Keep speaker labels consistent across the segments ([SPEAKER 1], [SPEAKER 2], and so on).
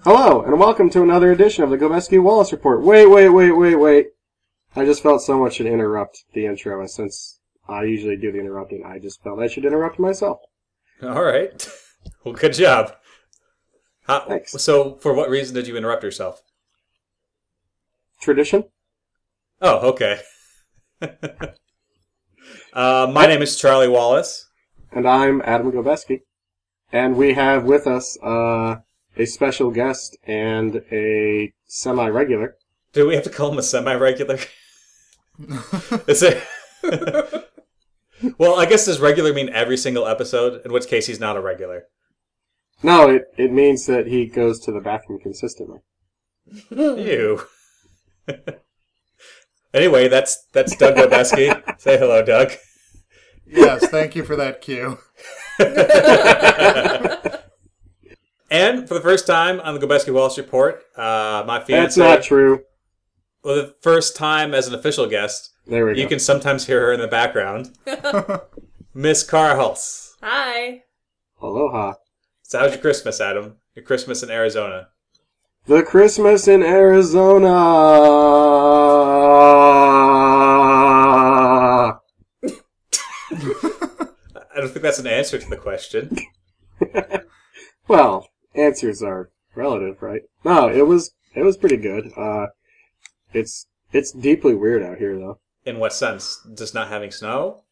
[SPEAKER 1] Hello, and welcome to another edition of the Gillespie Wallace Report. Wait, wait, wait, wait, wait. I just felt someone should interrupt the intro, and since I usually do the interrupting, I just felt I should interrupt myself.
[SPEAKER 2] All right. Well, good job. How,
[SPEAKER 1] Thanks.
[SPEAKER 2] So, for what reason did you interrupt yourself?
[SPEAKER 1] Tradition?
[SPEAKER 2] Oh, okay. uh, my name is Charlie Wallace.
[SPEAKER 1] And I'm Adam Gillespie. And we have with us uh, a special guest and a semi regular.
[SPEAKER 2] Do we have to call him a semi-regular? Is it? well, I guess does regular mean every single episode? In which case, he's not a regular.
[SPEAKER 1] No, it, it means that he goes to the bathroom consistently.
[SPEAKER 2] Ew. anyway, that's that's Doug Gobeski. Say hello, Doug.
[SPEAKER 3] yes, thank you for that cue.
[SPEAKER 2] And for the first time on the Gobeski Wallace Report, uh, my
[SPEAKER 1] That's
[SPEAKER 2] fiance.
[SPEAKER 1] not true.
[SPEAKER 2] Well, the first time as an official guest,
[SPEAKER 1] There we
[SPEAKER 2] you
[SPEAKER 1] go.
[SPEAKER 2] can sometimes hear her in the background. Miss Carhals.
[SPEAKER 4] Hi.
[SPEAKER 1] Aloha.
[SPEAKER 2] So how's your Christmas, Adam? Your Christmas in Arizona.
[SPEAKER 1] The Christmas in Arizona.
[SPEAKER 2] I don't think that's an answer to the question.
[SPEAKER 1] Well, answers are relative, right? No, it was it was pretty good. Uh, it's it's deeply weird out here though,
[SPEAKER 2] In what sense? Just not having snow?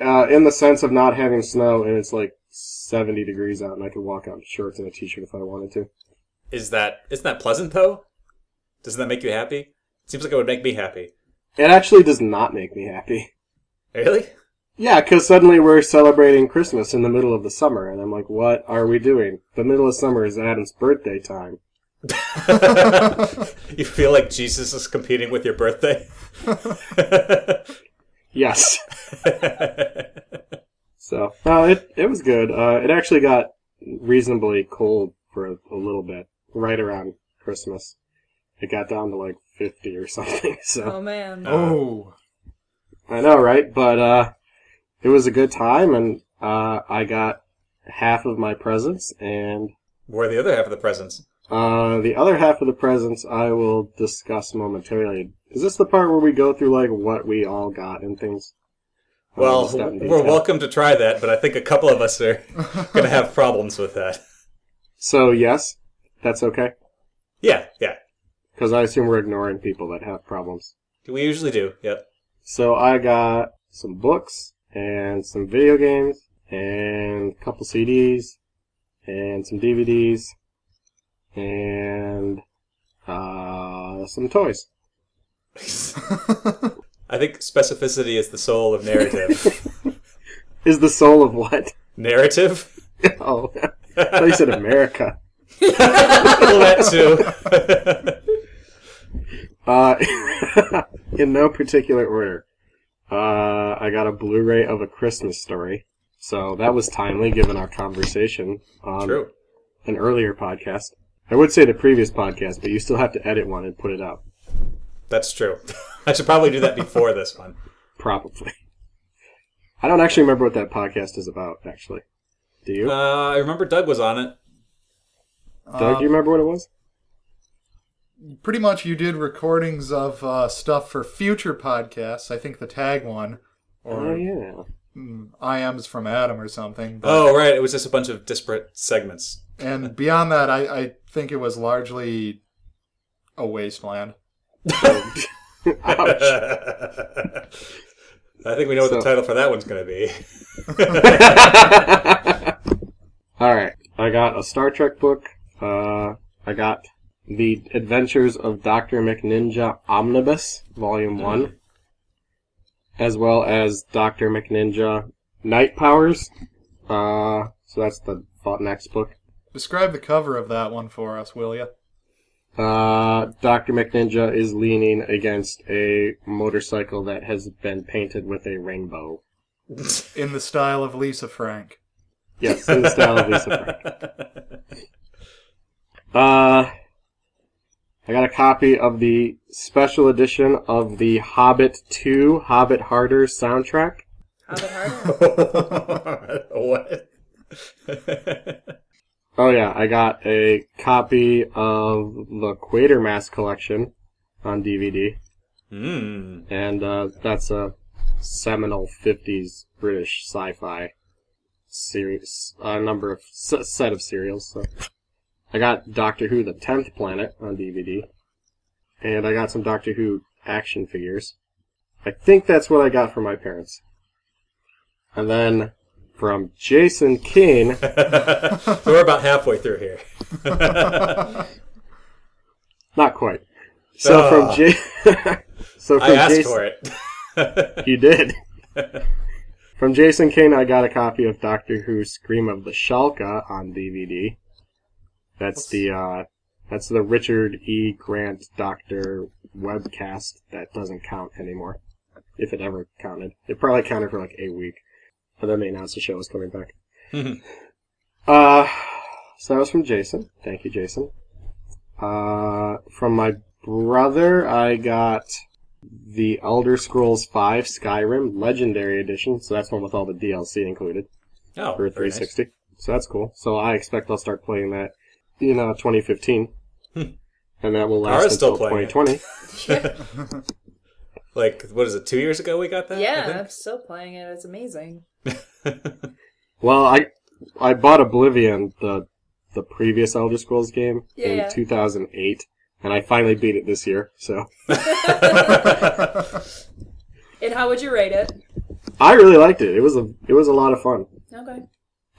[SPEAKER 1] uh, in the sense of not having snow and it's like seventy degrees out, and I could walk out in shorts and a t-shirt if I wanted to.
[SPEAKER 2] Is that isn't that pleasant though? Doesn't that make you happy? Seems like it would make me happy.
[SPEAKER 1] It actually does not make me happy.
[SPEAKER 2] Really?
[SPEAKER 1] Yeah, because suddenly we're celebrating Christmas in the middle of the summer, and I'm like, what are we doing? The middle of summer is Adam's birthday time.
[SPEAKER 2] you feel like Jesus is competing with your birthday?
[SPEAKER 1] Yes. So no, it it was good. Uh, it actually got reasonably cold for a, a little bit, right around Christmas. It got down to like fifty or something. So
[SPEAKER 4] Oh
[SPEAKER 1] Uh,
[SPEAKER 4] man.
[SPEAKER 3] Oh,
[SPEAKER 1] I know, right? But uh, it was a good time, and uh, I got half of my presents, and
[SPEAKER 2] Where are the other half of the presents?
[SPEAKER 1] uh, the other half of the presents I will discuss momentarily. Is this the part where we go through like what we all got and things? Or
[SPEAKER 2] Well,
[SPEAKER 1] is that in
[SPEAKER 2] we're
[SPEAKER 1] detail?
[SPEAKER 2] welcome to try that, but I think a couple of us are going to have problems with that.
[SPEAKER 1] So yes, that's okay.
[SPEAKER 2] Yeah, yeah.
[SPEAKER 1] Because I assume we're ignoring people that have problems.
[SPEAKER 2] We usually do. Yep.
[SPEAKER 1] So I got some books and some video games and a couple CDs and some DVDs and uh, some toys.
[SPEAKER 2] I think specificity is the soul of narrative.
[SPEAKER 1] Is the soul of what?
[SPEAKER 2] narrative?
[SPEAKER 1] oh, I thought you said America.
[SPEAKER 2] Well, that too.
[SPEAKER 1] Uh, in no particular order. Uh, I got a Blu-ray of A Christmas Story, so that was timely given our conversation on
[SPEAKER 2] True.
[SPEAKER 1] an earlier podcast. I would say the previous podcast, but you still have to edit one and put it out.
[SPEAKER 2] That's true. I should probably do that before this one.
[SPEAKER 1] Probably. I don't actually remember what that podcast is about, actually. Do you?
[SPEAKER 2] Uh, I remember Doug was on it.
[SPEAKER 1] Doug, do you remember what it was?
[SPEAKER 3] Um, pretty much you did recordings of uh, stuff for future podcasts. I think the tag one
[SPEAKER 1] Oh,
[SPEAKER 3] or mm,
[SPEAKER 1] yeah.
[SPEAKER 3] I am's from Adam or something. But,
[SPEAKER 2] Oh, right. It was just a bunch of disparate segments.
[SPEAKER 3] And beyond that, I, I think it was largely a wasteland.
[SPEAKER 1] Ouch.
[SPEAKER 2] I think we know what
[SPEAKER 1] So-
[SPEAKER 2] the title for that one's going to be.
[SPEAKER 1] Alright. I got a Star Trek book. Uh, I got The Adventures of Dr. McNinja Omnibus, Volume 1. As well as Dr. McNinja Night Powers. Uh, so that's the next book.
[SPEAKER 3] Describe the cover of that one for us, will you?
[SPEAKER 1] Uh, Dr. McNinja is leaning against a motorcycle that has been painted with a rainbow.
[SPEAKER 3] In the style of Lisa Frank.
[SPEAKER 1] Yes, in the style of Lisa Frank. Uh, I got a copy of the special edition of the Hobbit 2 Hobbit Harder soundtrack.
[SPEAKER 4] Hobbit Harder.
[SPEAKER 2] what?
[SPEAKER 1] Oh yeah, I got a copy of the Quatermass collection on DVD,
[SPEAKER 2] Mmm.
[SPEAKER 1] and uh, that's a seminal '50s British sci-fi series, a number of s- set of serials. So, I got Doctor Who: The Tenth Planet on DVD, and I got some Doctor Who action figures. I think that's what I got from my parents, and then from Jason Keane.
[SPEAKER 2] so we're about halfway through here.
[SPEAKER 1] Not quite. So
[SPEAKER 2] Ah.
[SPEAKER 1] from J. so from
[SPEAKER 2] I asked
[SPEAKER 1] Jason,
[SPEAKER 2] for it.
[SPEAKER 1] you did. from Jason Kane, I got a copy of Doctor Who: Scream of the Shalka on DVD. That's the uh, that's the Richard E. Grant Doctor webcast that doesn't count anymore, if it ever counted. It probably counted for like a week, and then they announced the show was coming back. Uh, so that was from Jason. Thank you, Jason. Uh, from my brother, I got the Elder Scrolls V Skyrim Legendary Edition. So that's one with all the DLC included
[SPEAKER 2] oh,
[SPEAKER 1] for
[SPEAKER 2] very nice.
[SPEAKER 1] 360. So that's cool. So I expect I'll start playing that in uh, 2015, and that will last
[SPEAKER 2] Hmm. Tara's still
[SPEAKER 1] until
[SPEAKER 2] playing it.
[SPEAKER 1] 2020.
[SPEAKER 4] Yeah,
[SPEAKER 2] Like what is it? Two years ago we got that. I
[SPEAKER 4] yeah I'm
[SPEAKER 2] think?
[SPEAKER 4] still playing it. It's amazing.
[SPEAKER 1] Well, I I bought Oblivion, the the previous Elder Scrolls game,
[SPEAKER 4] Yeah.
[SPEAKER 1] in 2008, and I finally beat it this year. So.
[SPEAKER 4] And how would you rate it?
[SPEAKER 1] I really liked it. It was a it was a lot of fun.
[SPEAKER 4] Okay.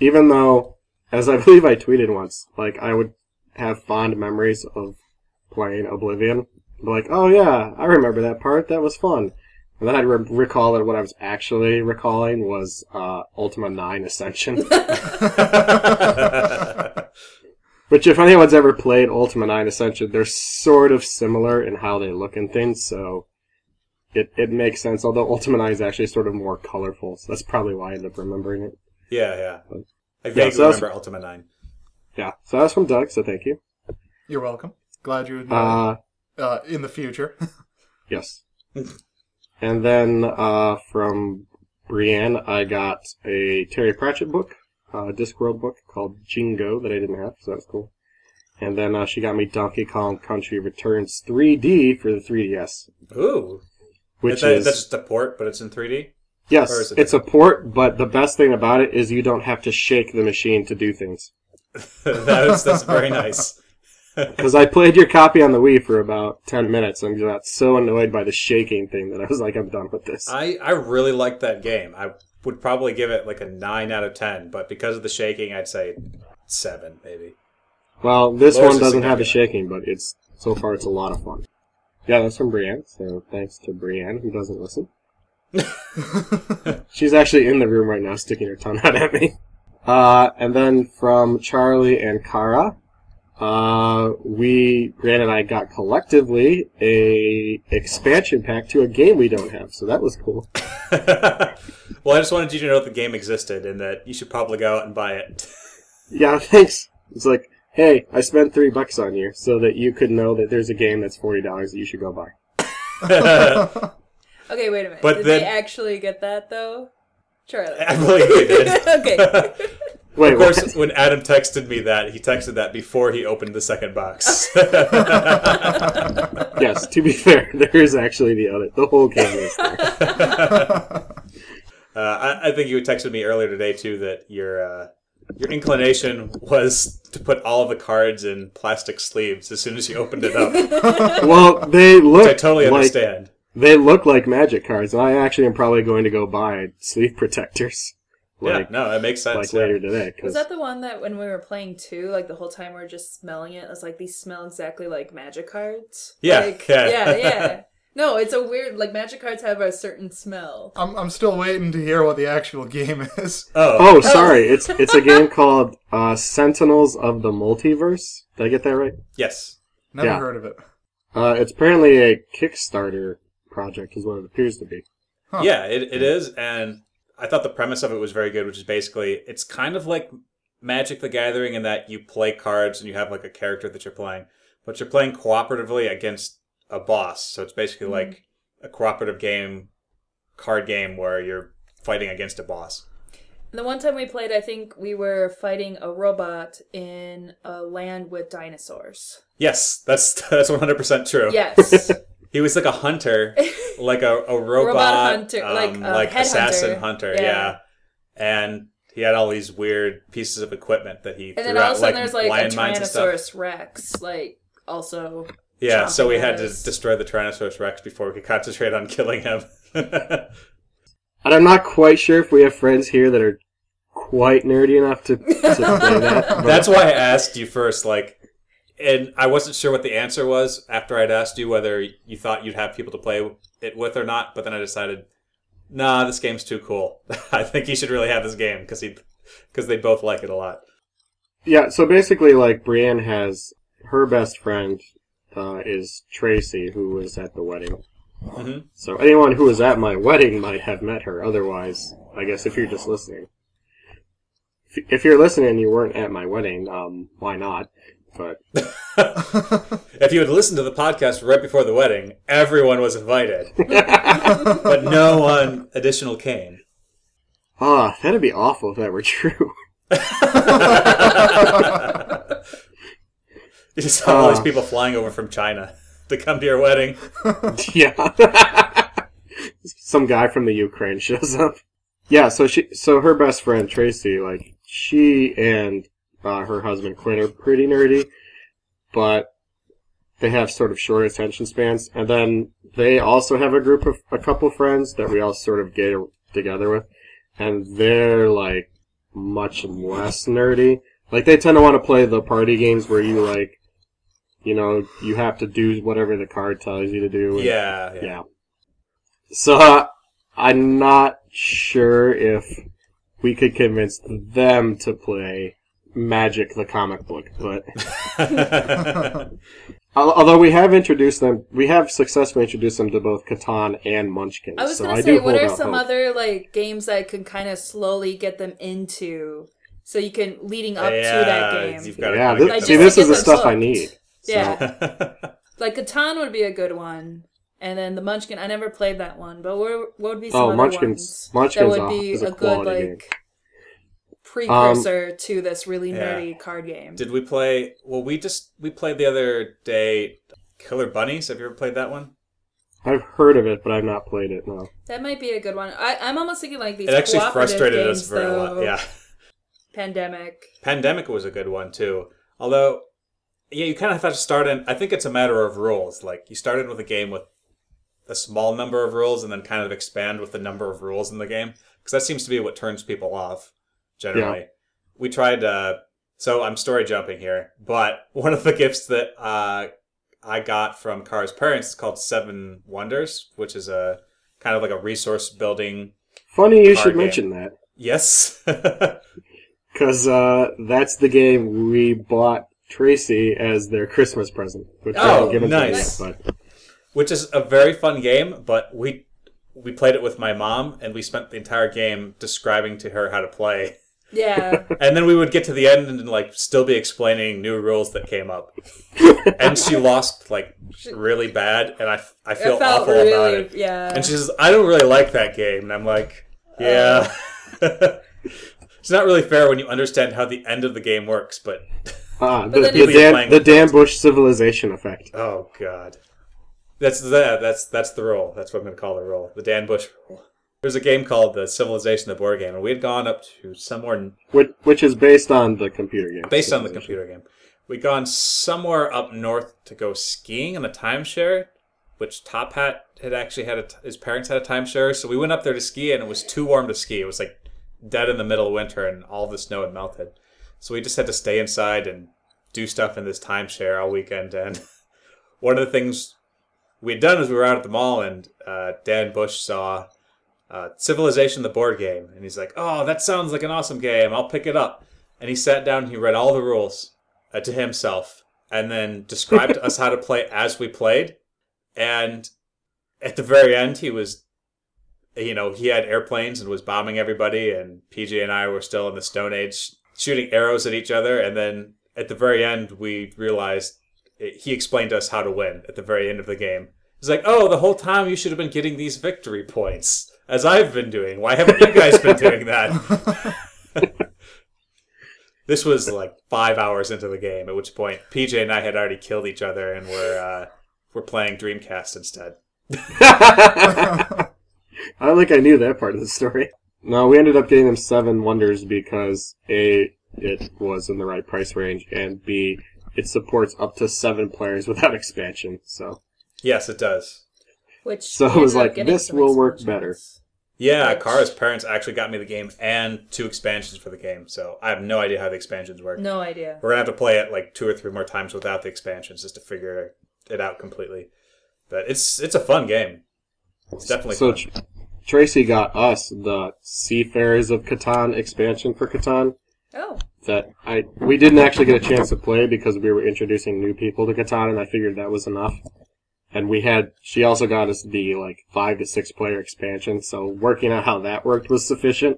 [SPEAKER 1] Even though, as I believe I tweeted once, like I would have fond memories of playing Oblivion. Be like, oh yeah, I remember that part. That was fun. And then I'd re- recall that what I was actually recalling was uh, Ultima 9 Ascension. Which, if anyone's ever played Ultima 9 Ascension, they're sort of similar in how they look and things, so it, it makes sense. Although Ultima 9 is actually sort of more colorful, so that's probably why I end up remembering it.
[SPEAKER 2] yeah, yeah. I vaguely
[SPEAKER 1] Yeah, so that's-
[SPEAKER 2] remember Ultima Nine.
[SPEAKER 1] Yeah, so that's from Doug, so thank you.
[SPEAKER 3] You're welcome. Glad you uh,
[SPEAKER 1] Uh,
[SPEAKER 3] uh, in the future.
[SPEAKER 1] yes. and then uh, from Brienne, I got a Terry Pratchett book, a Discworld book called Jingo that I didn't have, so that was cool. And then uh, she got me Donkey Kong Country Returns 3D for the 3DS,
[SPEAKER 2] Ooh,
[SPEAKER 1] which
[SPEAKER 2] That-
[SPEAKER 1] is
[SPEAKER 2] that's just a port, but it's in 3D. or is
[SPEAKER 1] yes,
[SPEAKER 2] it
[SPEAKER 1] it's a port, but the best thing about it is you don't have to shake the machine to do things.
[SPEAKER 2] that's that's very nice.
[SPEAKER 1] Because I played your copy on the Wii for about 10 minutes and got so annoyed by the shaking thing that I was like, I'm done with this.
[SPEAKER 2] I I really like that game. I would probably give it like a nine out of ten, but because of the shaking, I'd say seven maybe.
[SPEAKER 1] Well, this
[SPEAKER 2] Lowers
[SPEAKER 1] one
[SPEAKER 2] the
[SPEAKER 1] doesn't have a
[SPEAKER 2] significance.
[SPEAKER 1] shaking, but it's so far it's a lot of fun. Yeah, that's from Brienne. So thanks to Brienne who doesn't listen. She's actually in the room right now, sticking her tongue out at me. Uh, and then from Charlie and Kara, uh, we Brienne and I got collectively a expansion pack to a game we don't have, so that was cool.
[SPEAKER 2] well, I just wanted you to know the game existed and that you should probably go out and buy it.
[SPEAKER 1] Yeah, thanks. It's like, hey, I spent three bucks on you, so that you could know that there's a game that's forty dollars that you should go buy.
[SPEAKER 4] Okay, wait a minute.
[SPEAKER 2] But
[SPEAKER 4] Did
[SPEAKER 2] then-
[SPEAKER 4] they actually get that though? Charlie.
[SPEAKER 2] I believe you did.
[SPEAKER 4] okay.
[SPEAKER 1] Wait,
[SPEAKER 2] Of
[SPEAKER 1] what?
[SPEAKER 2] course, when Adam texted me that, he texted that before he opened the second box.
[SPEAKER 1] yes, to be fair, there is actually the other. The whole game is there.
[SPEAKER 2] Uh, I, I think you texted me earlier today too that your uh, your inclination was to put all of the cards in plastic sleeves as soon as you opened it up. Which
[SPEAKER 1] Well, they look
[SPEAKER 2] I totally
[SPEAKER 1] like
[SPEAKER 2] understand.
[SPEAKER 1] they look like magic cards, and I actually am probably going to go buy sleeve protectors like
[SPEAKER 2] yeah, no, that makes sense.
[SPEAKER 1] like
[SPEAKER 2] yeah.
[SPEAKER 1] later today. 'cause-
[SPEAKER 4] Was that the one that when we were playing two, like the whole time we were just smelling it? It was like these smell exactly like magic cards.
[SPEAKER 2] Yeah,
[SPEAKER 4] Like,
[SPEAKER 2] yeah.
[SPEAKER 4] yeah, yeah. No, it's a weird like magic cards have a certain smell.
[SPEAKER 3] I'm, I'm still waiting to hear what the actual game is.
[SPEAKER 2] Oh,
[SPEAKER 1] oh, sorry, it's it's a game called uh, Sentinels of the Multiverse. Did I get that right?
[SPEAKER 2] yes.
[SPEAKER 3] Never
[SPEAKER 1] Yeah.
[SPEAKER 3] heard of it.
[SPEAKER 1] Uh, it's apparently a Kickstarter project, is what it appears to be.
[SPEAKER 3] Huh.
[SPEAKER 2] Yeah, it, it is. And I thought the premise of it was very good, which is basically it's kind of like Magic the Gathering in that you play cards and you have like a character that you're playing, but you're playing cooperatively against a boss. So it's basically like a cooperative game, card game where you're fighting against a boss.
[SPEAKER 4] And the one time we played, I think we were fighting a robot in a land with dinosaurs.
[SPEAKER 2] Yes, that's that's one hundred percent true.
[SPEAKER 4] Yes.
[SPEAKER 2] He was like a hunter, like a, a robot,
[SPEAKER 4] hunter,
[SPEAKER 2] um,
[SPEAKER 4] like
[SPEAKER 2] like,
[SPEAKER 4] a headhunter.
[SPEAKER 2] assassin hunter,
[SPEAKER 4] Yeah.
[SPEAKER 2] yeah. And he had all these weird pieces of equipment that he
[SPEAKER 4] and
[SPEAKER 2] threw
[SPEAKER 4] then all
[SPEAKER 2] out,
[SPEAKER 4] of a sudden
[SPEAKER 2] like
[SPEAKER 4] there's like a
[SPEAKER 2] lion mines and stuff.
[SPEAKER 4] Tyrannosaurus Rex, like also.
[SPEAKER 2] Yeah, so we
[SPEAKER 4] chomping
[SPEAKER 2] had
[SPEAKER 4] at
[SPEAKER 2] to
[SPEAKER 4] us.
[SPEAKER 2] destroy the Tyrannosaurus Rex before we could concentrate on killing him.
[SPEAKER 1] And I'm not quite sure if we have friends here that are quite nerdy enough to, to play that. but-
[SPEAKER 2] That's why I asked you first, like, and I wasn't sure what the answer was after I'd asked you whether you thought you'd have people to play it with or not. But then I decided, nah, this game's too cool. I think you should really have this game because he, because they both like it a lot.
[SPEAKER 1] Yeah, so basically, like, Brienne has her best friend uh, is Tracy, who was at the wedding.
[SPEAKER 2] Mhm.
[SPEAKER 1] So anyone who was at my wedding might have met her. Otherwise, I guess if you're just listening, if, if you're listening and you weren't at my wedding, um, why not? But
[SPEAKER 2] If you had listened to the podcast right before the wedding, everyone was invited, but no one additional came.
[SPEAKER 1] ah, that'd be awful if that were true.
[SPEAKER 2] You just saw all these
[SPEAKER 1] Oh.
[SPEAKER 4] Ah.
[SPEAKER 2] people flying over from China to come to your wedding.
[SPEAKER 1] yeah. Some guy from the Ukraine shows up. Yeah, so she, so her best friend Tracy, like she and uh, her husband Clint are pretty nerdy, but they have sort of short attention spans. And then they also have a group of a couple friends that we all sort of get together with, and they're like much less nerdy. Like they tend to want to play the party games where you like, you know, you have to do whatever the card tells you to do. and-
[SPEAKER 2] Yeah, yeah.
[SPEAKER 1] yeah. So uh, I'm not sure if we could convince them to play Magic the comic book, but al- although we have introduced them, we have successfully introduced them to both Catan and Munchkin.
[SPEAKER 4] I was
[SPEAKER 1] so
[SPEAKER 4] gonna
[SPEAKER 1] I
[SPEAKER 4] say,
[SPEAKER 1] do
[SPEAKER 4] what
[SPEAKER 1] hold
[SPEAKER 4] are
[SPEAKER 1] out
[SPEAKER 4] some
[SPEAKER 1] hope.
[SPEAKER 4] other like games that could kind of slowly get them into, so you can leading up to that
[SPEAKER 2] Yeah,
[SPEAKER 4] game.
[SPEAKER 2] you've got-
[SPEAKER 1] yeah,
[SPEAKER 2] Gotta
[SPEAKER 1] thi-
[SPEAKER 2] get
[SPEAKER 1] see,
[SPEAKER 2] them.
[SPEAKER 1] this
[SPEAKER 4] Like,
[SPEAKER 1] is the
[SPEAKER 4] just
[SPEAKER 1] stuff I
[SPEAKER 4] hooked.
[SPEAKER 1] need. so-
[SPEAKER 4] Yeah. Like Catan would be a good one, and then the Munchkin. I never played that one, but what, what would be some
[SPEAKER 1] Oh,
[SPEAKER 4] other
[SPEAKER 1] Munchkin's-
[SPEAKER 4] ones
[SPEAKER 1] Munchkin's
[SPEAKER 4] that
[SPEAKER 1] a-
[SPEAKER 4] would be
[SPEAKER 1] is a
[SPEAKER 4] good
[SPEAKER 1] quality game. Um,
[SPEAKER 4] like precursor to this really
[SPEAKER 2] Yeah.
[SPEAKER 4] nerdy card game?
[SPEAKER 2] Did we play? Well, we just we played the other day. Killer Bunnies. Have you ever played that one?
[SPEAKER 1] I've heard of it, but I've not played it. No,
[SPEAKER 4] that might be a good one. I, I'm almost thinking like these.
[SPEAKER 2] It actually
[SPEAKER 4] cooperative
[SPEAKER 2] frustrated
[SPEAKER 4] games,
[SPEAKER 2] us for a lot.
[SPEAKER 4] though.
[SPEAKER 2] Yeah.
[SPEAKER 4] Pandemic.
[SPEAKER 2] Pandemic was a good one too. Although, yeah, you kind of have to start in. I think it's a matter of rules. Like you started with a game with a small number of rules, and then kind of expand with the number of rules in the game, because that seems to be what turns people off generally. We tried. Uh, so I'm story jumping here, but one of the gifts that uh, I got from Kara's parents is called Seven Wonders, which is a kind of like a resource building.
[SPEAKER 1] funny you
[SPEAKER 2] Card
[SPEAKER 1] should
[SPEAKER 2] game.
[SPEAKER 1] mention that.
[SPEAKER 2] Yes.
[SPEAKER 1] Because uh, that's the game we bought Tracy as their Christmas present. Which I
[SPEAKER 2] Oh,
[SPEAKER 1] haven't given
[SPEAKER 2] nice.
[SPEAKER 1] To them yet,
[SPEAKER 2] which is a very fun game. But we we played it with my mom, and we spent the entire game describing to her how to play,
[SPEAKER 4] Yeah.
[SPEAKER 2] and then we would get to the end and like still be explaining new rules that came up, and she lost like really bad, and I I feel
[SPEAKER 4] I felt
[SPEAKER 2] awful
[SPEAKER 4] really,
[SPEAKER 2] about it.
[SPEAKER 4] Yeah.
[SPEAKER 2] And she says, "I don't really like that game," and I'm like, "Yeah."
[SPEAKER 4] Uh.
[SPEAKER 2] It's not really fair when you understand how the end of the game works, but
[SPEAKER 1] but ah, the,
[SPEAKER 4] then
[SPEAKER 1] the,
[SPEAKER 4] you'll
[SPEAKER 2] be
[SPEAKER 1] Dan,
[SPEAKER 2] playing
[SPEAKER 1] the
[SPEAKER 2] with
[SPEAKER 1] Dan Bush civilization effect.
[SPEAKER 2] oh god, that's the that's that's the rule. That's what I'm gonna call the rule, the Dan Bush rule. There's a game called the Civilization, the board game, and we had gone up to somewhere
[SPEAKER 1] Which, which is based on the computer game.
[SPEAKER 2] based on the computer game. We'd gone somewhere up north to go skiing in a timeshare, which Top Hat had actually had a t- his parents had a timeshare, so we went up there to ski, and it was too warm to ski. It was like dead in the middle of winter, and all the snow had melted, so we just had to stay inside and do stuff in this timeshare all weekend. And one of the things we had done is we were out at the mall, and uh, Dan Bush saw. Uh, Civilization, the board game, and he's like, "Oh, that sounds like an awesome game. I'll pick it up." and he sat down and he read all the rules uh, to himself and then described to us how to play as we played and at the very end he was you know he had airplanes and was bombing everybody and pj and i were still in the stone age shooting arrows at each other and then at the very end we realized it, he explained to us how to win at the very end of the game he's like oh the whole time you should have been getting these victory points as I've been doing. Why haven't you guys been doing that? this was like five hours into the game, at which point PJ and I had already killed each other and were uh, were playing Dreamcast instead.
[SPEAKER 1] I don't think I knew that part of the story. No, we ended up getting them seven wonders because A, it was in the right price range, and B, it supports up to seven players without expansion. So
[SPEAKER 2] Yes, it does.
[SPEAKER 4] Which
[SPEAKER 1] So it
[SPEAKER 4] ended
[SPEAKER 1] was
[SPEAKER 4] up
[SPEAKER 1] like,
[SPEAKER 4] getting
[SPEAKER 1] this
[SPEAKER 4] some
[SPEAKER 1] will work
[SPEAKER 4] expansions.
[SPEAKER 1] better.
[SPEAKER 2] Yeah, Kara's parents actually got me the game and two expansions for the game, so I have no idea how the expansions work.
[SPEAKER 4] No idea.
[SPEAKER 2] We're gonna have to play it like two or three more times without the expansions just to figure it out completely. But it's it's a fun game. It's definitely
[SPEAKER 1] so
[SPEAKER 2] fun.
[SPEAKER 1] Tr- Tracy got us the Seafarers of Catan expansion for Catan
[SPEAKER 4] Oh,
[SPEAKER 1] that I we didn't actually get a chance to play because we were introducing new people to Catan, and I figured that was enough. And we had she also got us the like five to six player expansion, so working out how that worked was sufficient.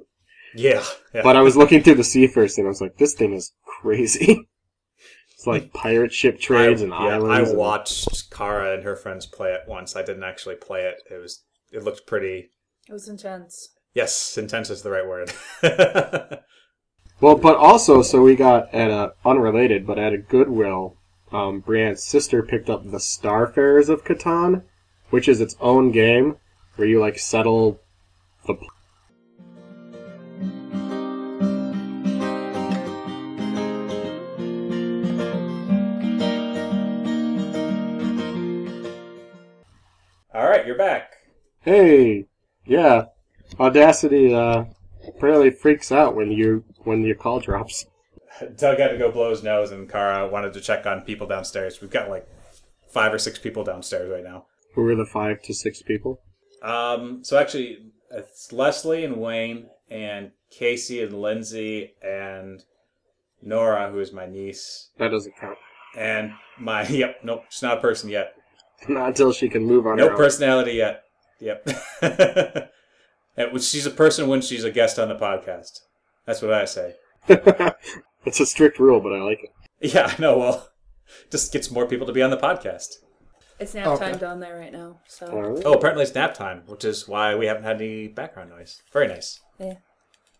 [SPEAKER 2] yeah, yeah.
[SPEAKER 1] But I was looking through the Seafarers and I was like, this thing is crazy. it's like pirate ship trades
[SPEAKER 2] I,
[SPEAKER 1] and
[SPEAKER 2] yeah,
[SPEAKER 1] islands.
[SPEAKER 2] I
[SPEAKER 1] and-
[SPEAKER 2] watched Kara and her friends play it once. I didn't actually play it. It was it looked pretty.
[SPEAKER 4] it was intense.
[SPEAKER 2] Yes, intense is the right word.
[SPEAKER 1] Well, but also, so we got at a unrelated, but at a Goodwill, um, Brienne's sister picked up the Starfarers of Catan, which is its own game where you like settle the. Pl-
[SPEAKER 2] All right, you're back.
[SPEAKER 1] hey, yeah, Audacity uh, apparently freaks out when you when your call drops.
[SPEAKER 2] Doug had to go blow his nose, and Kara wanted to check on people downstairs. We've got like five or six people downstairs right now.
[SPEAKER 1] Who were the five to six people?
[SPEAKER 2] Um, so actually, it's Leslie and Wayne and Casey and Lindsay and Nora, who is my niece,
[SPEAKER 1] That doesn't count.
[SPEAKER 2] and my yep, nope, she's not a person yet.
[SPEAKER 1] Not until she can move on.
[SPEAKER 2] No
[SPEAKER 1] her own.
[SPEAKER 2] personality yet. Yep. And when she's a person when she's a guest on the podcast. That's what I say.
[SPEAKER 1] It's a strict rule, but I like it.
[SPEAKER 2] Yeah, I know. Well, just gets more people to be on the podcast.
[SPEAKER 4] It's nap
[SPEAKER 3] Okay.
[SPEAKER 4] time down there right now. So
[SPEAKER 1] All right.
[SPEAKER 2] Oh, apparently it's nap time, which is why we haven't had any background noise. Very nice.
[SPEAKER 4] yeah.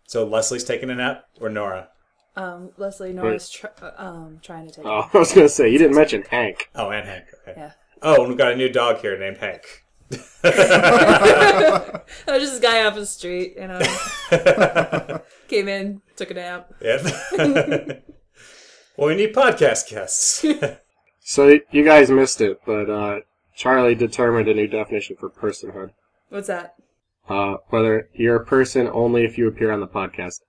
[SPEAKER 2] So Leslie's taking a nap, or Nora?
[SPEAKER 4] Um, Leslie Norris tr- uh, um trying to take. it.
[SPEAKER 1] Oh, I was gonna say you didn't mention Hank.
[SPEAKER 2] Oh, and Hank. Okay.
[SPEAKER 4] Yeah.
[SPEAKER 2] Oh, and we've got a new dog here named Hank.
[SPEAKER 4] I was just this guy off the street, you know. Came in, took a nap.
[SPEAKER 2] Yep. well, we need podcast guests.
[SPEAKER 1] So you guys missed it, but uh, Charlie determined a new definition for personhood.
[SPEAKER 4] What's that?
[SPEAKER 1] Uh, whether you're a person only if you appear on the podcast.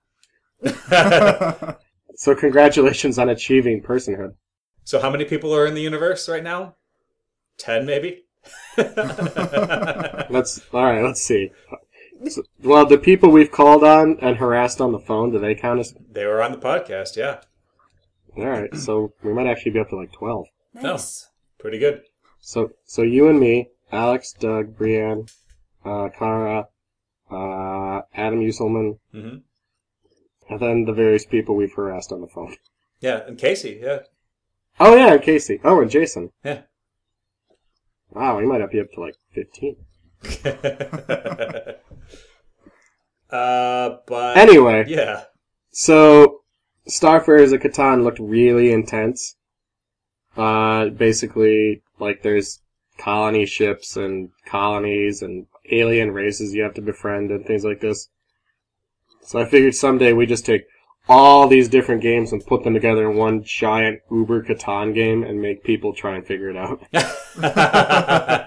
[SPEAKER 1] So congratulations on achieving personhood.
[SPEAKER 2] so, how many people are in the universe right now? Ten, maybe.
[SPEAKER 1] Let's all right. Let's see. So- well, the people we've called on and harassed on the phone, do they count as?
[SPEAKER 2] They were on the podcast. Yeah,
[SPEAKER 1] All right. So we might actually be up to like twelve.
[SPEAKER 4] Nice.
[SPEAKER 2] pretty good.
[SPEAKER 1] So so you and me, Alex, Doug, Brienne, uh, Kara, uh, Adam Uselman,
[SPEAKER 2] hmm
[SPEAKER 1] and then the various people we've harassed on the phone.
[SPEAKER 2] Yeah, and Casey. Yeah,
[SPEAKER 1] Oh yeah, and Casey. Oh, and Jason.
[SPEAKER 2] yeah.
[SPEAKER 1] Wow, we might be up to like fifteen.
[SPEAKER 2] uh, but
[SPEAKER 1] Anyway,
[SPEAKER 2] yeah,
[SPEAKER 1] so Starfarers of Catan looked really intense. Uh, basically, like there's colony ships and colonies and alien races you have to befriend and things like this. So I figured someday we just take all these different games and put them together in one giant Uber Catan game and make people try and figure it out.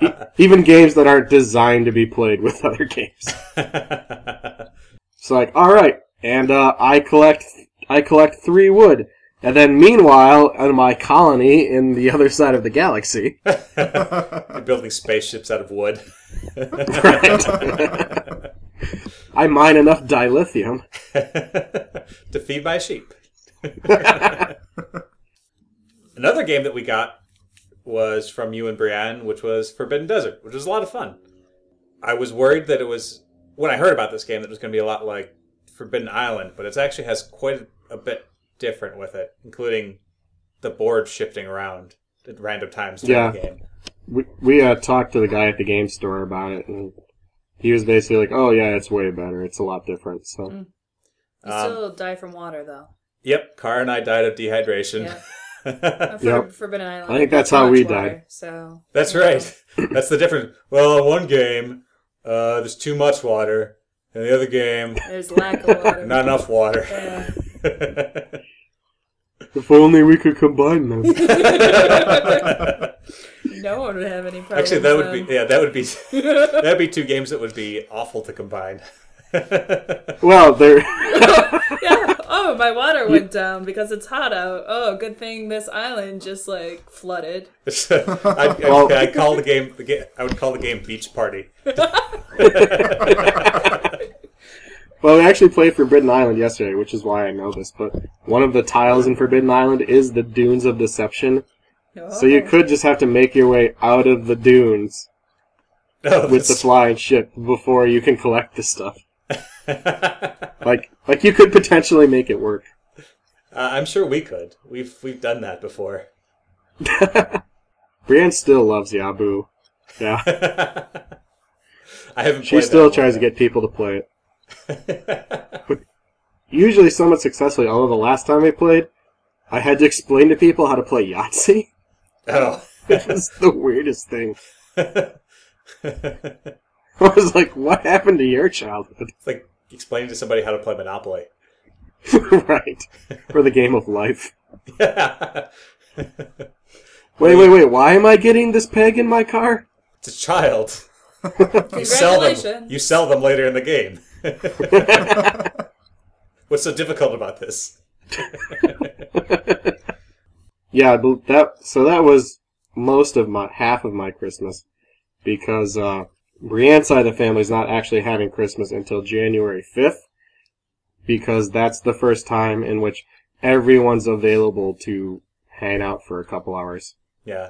[SPEAKER 1] E-, Even games that aren't designed to be played with other games. It's like, all right, and uh, I collect, I collect three wood, and then meanwhile, on my colony in the other side of the galaxy,
[SPEAKER 2] building spaceships out of wood.
[SPEAKER 1] I mine enough dilithium.
[SPEAKER 2] to feed my sheep. Another game that we got was from you and Brienne, which was Forbidden Desert, which was a lot of fun. I was worried that it was when I heard about this game that it was going to be a lot like Forbidden Island, but it actually has quite a bit different with it, including the board shifting around at random times during the game.
[SPEAKER 1] We we uh, talked to the guy at the game store about it, and He was basically like, "Oh yeah, it's way better. It's a lot different." So
[SPEAKER 4] Mm. You
[SPEAKER 2] Um,
[SPEAKER 4] still die from water, though.
[SPEAKER 2] Yep, Car and I died of dehydration.
[SPEAKER 4] Yeah. For,
[SPEAKER 1] Yep.
[SPEAKER 4] Forbidden Island.
[SPEAKER 1] I think that's
[SPEAKER 4] too
[SPEAKER 1] how
[SPEAKER 4] much
[SPEAKER 1] we
[SPEAKER 4] water,
[SPEAKER 1] died.
[SPEAKER 4] So
[SPEAKER 2] That's
[SPEAKER 4] you
[SPEAKER 2] right. That's the difference. Well, in one game, uh, there's too much water. In the other game,
[SPEAKER 4] know, There's lack of water.
[SPEAKER 2] not enough water.
[SPEAKER 4] Yeah.
[SPEAKER 1] if only we could combine them.
[SPEAKER 4] no one would have any problems.
[SPEAKER 2] Actually, that would
[SPEAKER 4] um,
[SPEAKER 2] be yeah, that would be that'd be two games that would be awful to combine.
[SPEAKER 1] well, there.
[SPEAKER 4] yeah. Oh, my water went down because it's hot out. Oh, good thing this island just like flooded.
[SPEAKER 2] I,
[SPEAKER 1] Well-
[SPEAKER 2] I, I call the game, the game. I would call the game Beach Party.
[SPEAKER 1] Well, we actually played Forbidden Island yesterday, which is why I know this. But one of the tiles in Forbidden Island is the Dunes of Deception,
[SPEAKER 4] Oh.
[SPEAKER 1] so you could just have to make your way out of the dunes
[SPEAKER 2] No,
[SPEAKER 1] with the
[SPEAKER 2] that's-
[SPEAKER 1] flying ship before you can collect the stuff. Like, like you could potentially make it work.
[SPEAKER 2] Uh, I'm sure we could. We've we've done that before.
[SPEAKER 1] Brienne still loves Yabu. Yeah,
[SPEAKER 2] I haven't.
[SPEAKER 1] she still tries to get people to play it. Usually, somewhat successfully. Although the last time we played, I had to explain to people how to play Yahtzee.
[SPEAKER 2] Oh,
[SPEAKER 1] It was the weirdest thing. I was like, "What happened to your childhood?"
[SPEAKER 2] it's like explaining to somebody how to play Monopoly.
[SPEAKER 1] right. For the game of life.
[SPEAKER 2] it's
[SPEAKER 1] Wait, wait, wait. Why am I getting this peg in my car?
[SPEAKER 2] a child. You sell them.
[SPEAKER 4] Oh, Congratulations.
[SPEAKER 2] You sell them later in the game. What's so difficult about this?
[SPEAKER 1] Yeah, but that so that was most of my half of my Christmas because uh Brienne's side of the family's not actually having Christmas until January 5th because that's the first time in which everyone's available to hang out for a couple hours.
[SPEAKER 2] Yeah.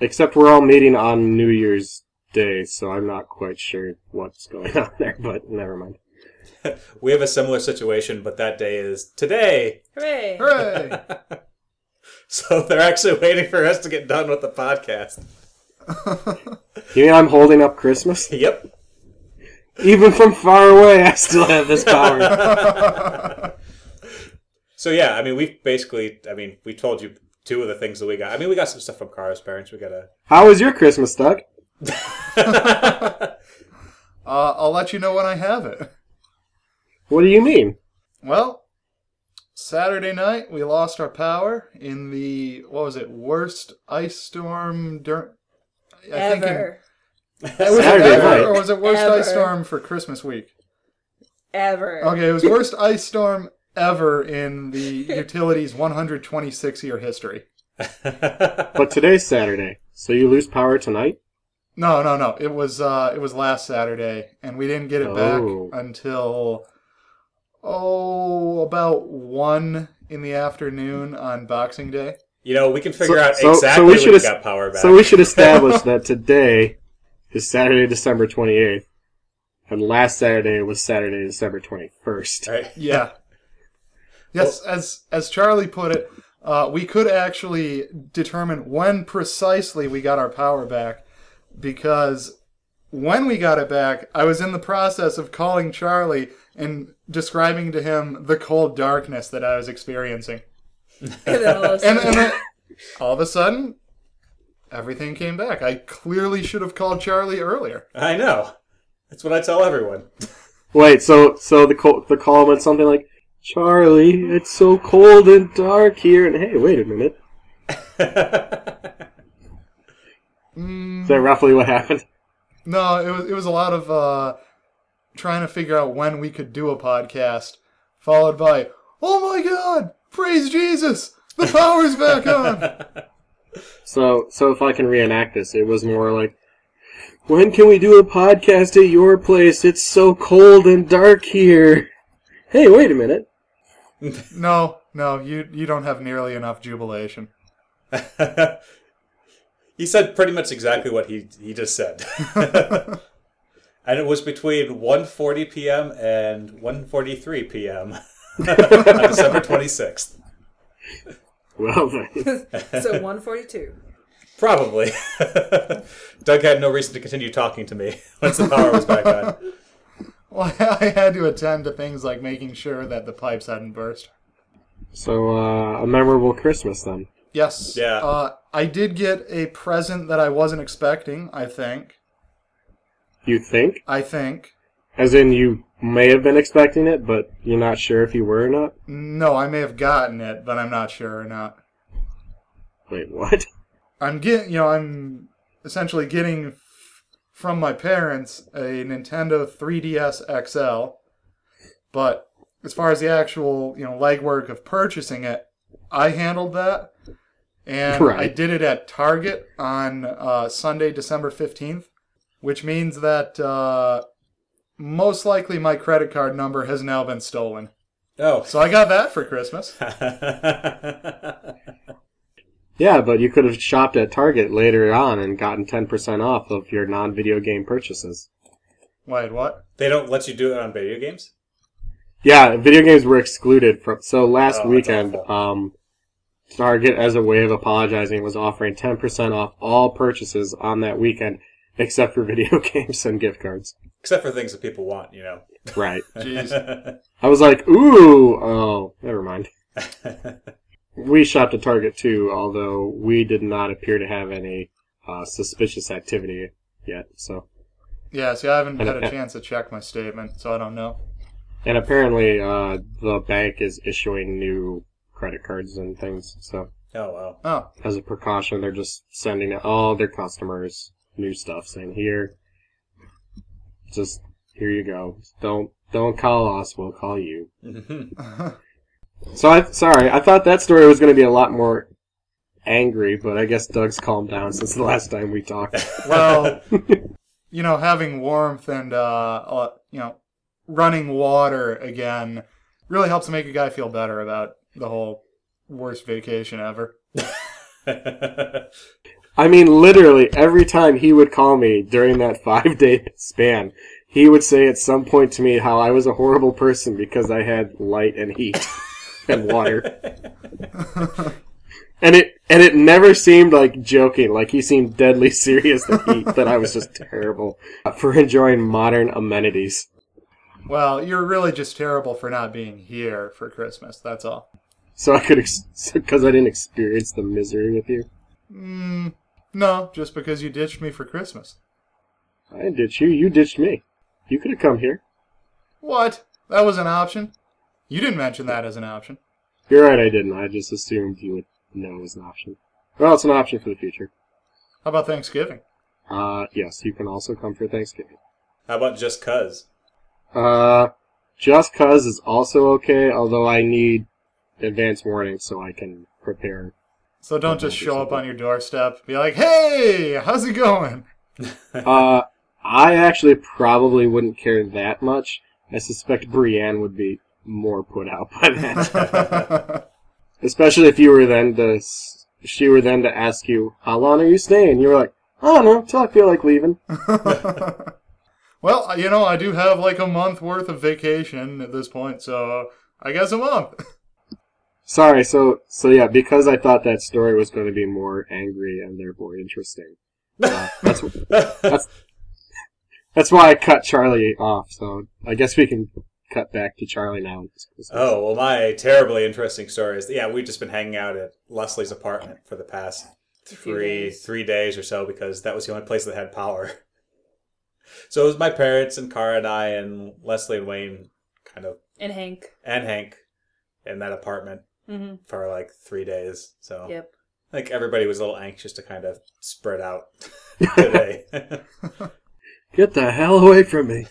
[SPEAKER 1] Except we're all meeting on New Year's Day, so I'm not quite sure what's going on there, but never mind.
[SPEAKER 2] We have a similar situation, but that day is today.
[SPEAKER 4] Hooray!
[SPEAKER 3] Hooray!
[SPEAKER 2] So they're actually waiting for us to get done with the podcast.
[SPEAKER 1] You mean I'm holding up Christmas?
[SPEAKER 2] Yep.
[SPEAKER 1] Even from far away, I still have this power.
[SPEAKER 2] So yeah, I mean, we've basically, I mean, we told you two of the things that we got. I mean, we got some stuff from Cara's parents. We got a
[SPEAKER 1] How was your Christmas, Doug?
[SPEAKER 3] Uh, I'll let you know when I have it.
[SPEAKER 1] What do you mean?
[SPEAKER 3] Well, Saturday night we lost our power in the what was it worst ice storm dur- I think in-
[SPEAKER 4] Ever.
[SPEAKER 3] was it
[SPEAKER 1] Saturday
[SPEAKER 3] ever,
[SPEAKER 1] night.
[SPEAKER 3] or was it worst
[SPEAKER 4] Ever.
[SPEAKER 3] ice storm for Christmas week?
[SPEAKER 4] Ever.
[SPEAKER 3] Okay, it was worst ice storm ever in the utility's 126 year history.
[SPEAKER 1] But today's Saturday, so you lose power tonight?
[SPEAKER 3] No, no, no. It was uh, it was last Saturday, and we didn't get it
[SPEAKER 1] Oh.
[SPEAKER 3] back until oh about one in the afternoon on Boxing Day.
[SPEAKER 2] you know, we can figure out
[SPEAKER 1] so- so
[SPEAKER 2] exactly
[SPEAKER 1] we
[SPEAKER 2] when
[SPEAKER 1] should
[SPEAKER 2] we
[SPEAKER 1] have-
[SPEAKER 2] got power back.
[SPEAKER 1] So we should establish that today is Saturday, December 28th, and last Saturday was Saturday, December 21st.
[SPEAKER 2] Right?
[SPEAKER 3] Yeah. yes, as as Charlie put it, uh, we could actually determine when precisely we got our power back, because when we got it back, I was in the process of calling Charlie and describing to him the cold darkness that I was experiencing.
[SPEAKER 4] And then all of a
[SPEAKER 3] and,
[SPEAKER 4] sudden-
[SPEAKER 3] and then all of a sudden, everything came back. I clearly should have called Charlie earlier.
[SPEAKER 2] I know. That's what I tell everyone.
[SPEAKER 1] Wait, so so the call, the call went something like, Charlie, it's so cold and dark here, and hey, wait a minute. Is that roughly what happened?
[SPEAKER 3] No, it was it was a lot of uh, trying to figure out when we could do a podcast, followed by "Oh my God, praise Jesus, the power's back on."
[SPEAKER 1] So, so if I can reenact this, it was more like, "When can we do a podcast at your place? It's so cold and dark here." Hey, wait a minute.
[SPEAKER 3] no, no, you you don't have nearly enough jubilation.
[SPEAKER 2] he said pretty much exactly what he he just said. and it was between 1:40 p.m. and 1:43 p.m. on December 26th.
[SPEAKER 1] Well, then.
[SPEAKER 4] so 142.
[SPEAKER 2] Probably. Doug had no reason to continue talking to me once the power was back on.
[SPEAKER 3] Well, I had to attend to things like making sure that the pipes hadn't burst.
[SPEAKER 1] So, uh, a memorable Christmas then.
[SPEAKER 3] Yes.
[SPEAKER 2] Yeah.
[SPEAKER 3] Uh, I did get a present that I wasn't expecting. I think.
[SPEAKER 1] You think?
[SPEAKER 3] I think.
[SPEAKER 1] As in, you may have been expecting it, but you're not sure if you were or not?
[SPEAKER 3] No, I may have gotten it, but I'm not sure or not.
[SPEAKER 1] Wait, what?
[SPEAKER 3] I'm getting, you know, I'm essentially getting f- from my parents a Nintendo 3DS XL. But as far as the actual, you know, legwork of purchasing it, I handled that. And I
[SPEAKER 1] Right.
[SPEAKER 3] did it at Target on uh, Sunday, December 15th, which means that uh, most likely my credit card number has now been stolen.
[SPEAKER 2] Oh.
[SPEAKER 3] So I got that for Christmas.
[SPEAKER 1] Yeah, but you could have shopped at Target later on and gotten 10% off of your non video game purchases.
[SPEAKER 3] Wait, what?
[SPEAKER 2] they don't let you do it on video games?
[SPEAKER 1] Yeah, video games were excluded from. So last
[SPEAKER 2] Oh, that's
[SPEAKER 1] weekend,
[SPEAKER 2] awful.
[SPEAKER 1] um, Target, as a way of apologizing, was offering 10% off all purchases on that weekend, except for video games and gift cards.
[SPEAKER 2] Except for things that people want, you know.
[SPEAKER 1] Right.
[SPEAKER 3] Jeez.
[SPEAKER 1] I was like, ooh, oh, never mind. We shopped at Target too, although we did not appear to have any uh, suspicious activity yet. So,
[SPEAKER 3] Yeah, see, I haven't
[SPEAKER 1] And
[SPEAKER 3] had a
[SPEAKER 1] it-
[SPEAKER 3] chance to check my statement, so I don't know.
[SPEAKER 1] and apparently, uh, the bank is issuing new credit cards and things. So,
[SPEAKER 2] oh, wow.
[SPEAKER 3] Oh,
[SPEAKER 1] as a precaution, they're just sending to all their customers new stuff, saying, "Here, just here you go. Don't don't call us. We'll call you."
[SPEAKER 2] Mhm.
[SPEAKER 1] So I sorry, I thought that story was going to be a lot more angry, but I guess Doug's calmed down since the last time we talked.
[SPEAKER 3] well, you know, having warmth and, uh, uh, you know, running water again really helps make a guy feel better about the whole worst vacation ever.
[SPEAKER 1] I mean, literally every time he would call me during that five day span, he would say at some point to me how I was a horrible person because I had light and heat and water. And it and it never seemed like joking. Like he seemed deadly serious that he that I was just terrible for enjoying modern amenities.
[SPEAKER 3] Well, you're really just terrible for not being here for Christmas, that's all.
[SPEAKER 1] So I could because I didn't experience the misery with you.
[SPEAKER 3] Mm, no, just because you ditched me for Christmas.
[SPEAKER 1] I didn't ditch you. You ditched me. You could have come here.
[SPEAKER 3] What? That was an option? You didn't mention that as an option.
[SPEAKER 1] You're right, I didn't. I just assumed you would know it was an option. Well, it's an option for the future.
[SPEAKER 3] How about Thanksgiving?
[SPEAKER 1] Uh, yes, you can also come for Thanksgiving.
[SPEAKER 2] How about just cuz?
[SPEAKER 1] Uh, just cause is also okay, although I need advance warning so I can prepare.
[SPEAKER 3] So don't just show up on your doorstep, be like, "Hey, how's it going?"
[SPEAKER 1] Uh, I actually probably wouldn't care that much. I suspect Brienne would be more put out by that. Especially if you were then to, s- if she were then to ask you, how long are you staying? You were like, I don't know, till I feel like leaving.
[SPEAKER 3] well, you know, I do have like a month worth of vacation at this point, so I guess a month.
[SPEAKER 1] Sorry, so, so yeah, because I thought that story was going to be more angry and therefore interesting. Uh, that's, wh- that's, that's why I cut Charlie off, so I guess we can cut back to Charlie now.
[SPEAKER 2] Oh, well, my terribly interesting story is yeah, we've just been hanging out at Leslie's apartment for the past
[SPEAKER 4] few
[SPEAKER 2] three
[SPEAKER 4] days.
[SPEAKER 2] three days or so because that was the only place that had power. So it was my parents and Cara and I and Leslie and Wayne, kind of,
[SPEAKER 4] And Hank.
[SPEAKER 2] and Hank, in that apartment
[SPEAKER 4] hmm
[SPEAKER 2] for like three days. So
[SPEAKER 4] Yep.
[SPEAKER 2] I think everybody was a little anxious to kind of spread out today.
[SPEAKER 1] Get the hell away from me.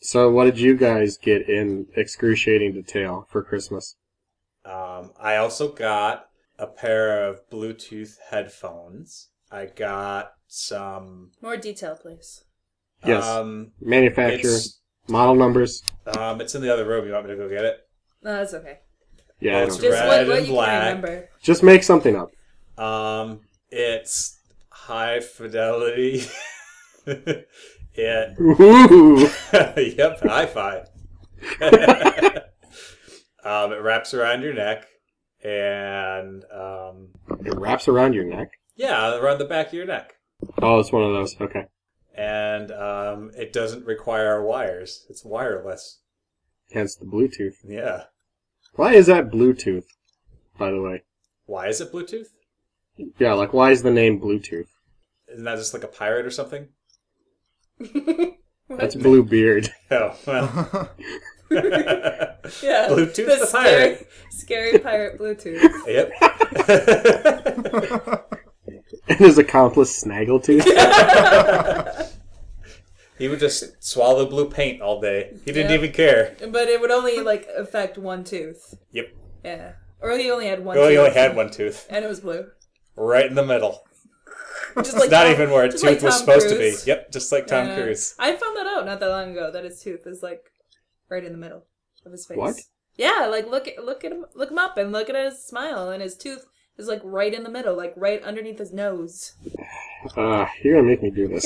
[SPEAKER 1] So, what did you guys get in excruciating detail for Christmas?
[SPEAKER 2] Um, I also got a pair of Bluetooth headphones. I got some.
[SPEAKER 4] More detail, please.
[SPEAKER 1] Yes.
[SPEAKER 2] Um,
[SPEAKER 1] Manufacturer,
[SPEAKER 2] it's,
[SPEAKER 1] model numbers.
[SPEAKER 2] um, it's in the other room. You want me to go get it?
[SPEAKER 4] No, that's okay.
[SPEAKER 1] Yeah, I
[SPEAKER 2] Well,
[SPEAKER 1] don't-
[SPEAKER 2] it's
[SPEAKER 4] Just
[SPEAKER 2] Red
[SPEAKER 4] what, what
[SPEAKER 2] and
[SPEAKER 4] you
[SPEAKER 2] black.
[SPEAKER 4] can remember.
[SPEAKER 1] just make something up.
[SPEAKER 2] Um, it's high fidelity. it.
[SPEAKER 1] Ooh,
[SPEAKER 2] yep, hi fi. um, it wraps around your neck and um,
[SPEAKER 1] it wraps around your neck.
[SPEAKER 2] Yeah, around the back of your neck.
[SPEAKER 1] Oh, it's one of those. Okay.
[SPEAKER 2] And um, it doesn't require wires. It's wireless.
[SPEAKER 1] Hence the Bluetooth.
[SPEAKER 2] Yeah.
[SPEAKER 1] Why is that Bluetooth, by the way?
[SPEAKER 2] Why is it Bluetooth?
[SPEAKER 1] Yeah, like, why is the name Bluetooth?
[SPEAKER 2] Isn't that just like a pirate or something?
[SPEAKER 1] That's Bluebeard.
[SPEAKER 2] Oh, well.
[SPEAKER 4] Yeah.
[SPEAKER 2] Bluetooth the
[SPEAKER 4] scary, Scary pirate Bluetooth.
[SPEAKER 2] yep.
[SPEAKER 1] and his accomplice, Snaggletooth.
[SPEAKER 2] he would just swallow blue paint all day. He didn't
[SPEAKER 4] Yeah.
[SPEAKER 2] even care.
[SPEAKER 4] But it would only like affect one tooth.
[SPEAKER 2] Yep.
[SPEAKER 4] Yeah. Or he only had one
[SPEAKER 2] Well,
[SPEAKER 4] tooth.
[SPEAKER 2] he only had one tooth,
[SPEAKER 4] and it was blue.
[SPEAKER 2] right in the middle.
[SPEAKER 4] Just like
[SPEAKER 2] Not
[SPEAKER 4] Tom-
[SPEAKER 2] even where a tooth
[SPEAKER 4] just like
[SPEAKER 2] was
[SPEAKER 4] Tom
[SPEAKER 2] supposed to
[SPEAKER 4] Cruise.
[SPEAKER 2] be. Yep, just like Tom
[SPEAKER 4] Yeah.
[SPEAKER 2] Cruise.
[SPEAKER 4] I found that out not that long ago that his tooth is like right in the middle of his face.
[SPEAKER 1] What?
[SPEAKER 4] Yeah, like look at look at him look him up and look at his smile and his tooth is like right in the middle, like right underneath his nose.
[SPEAKER 1] Uh, you're gonna make me do this.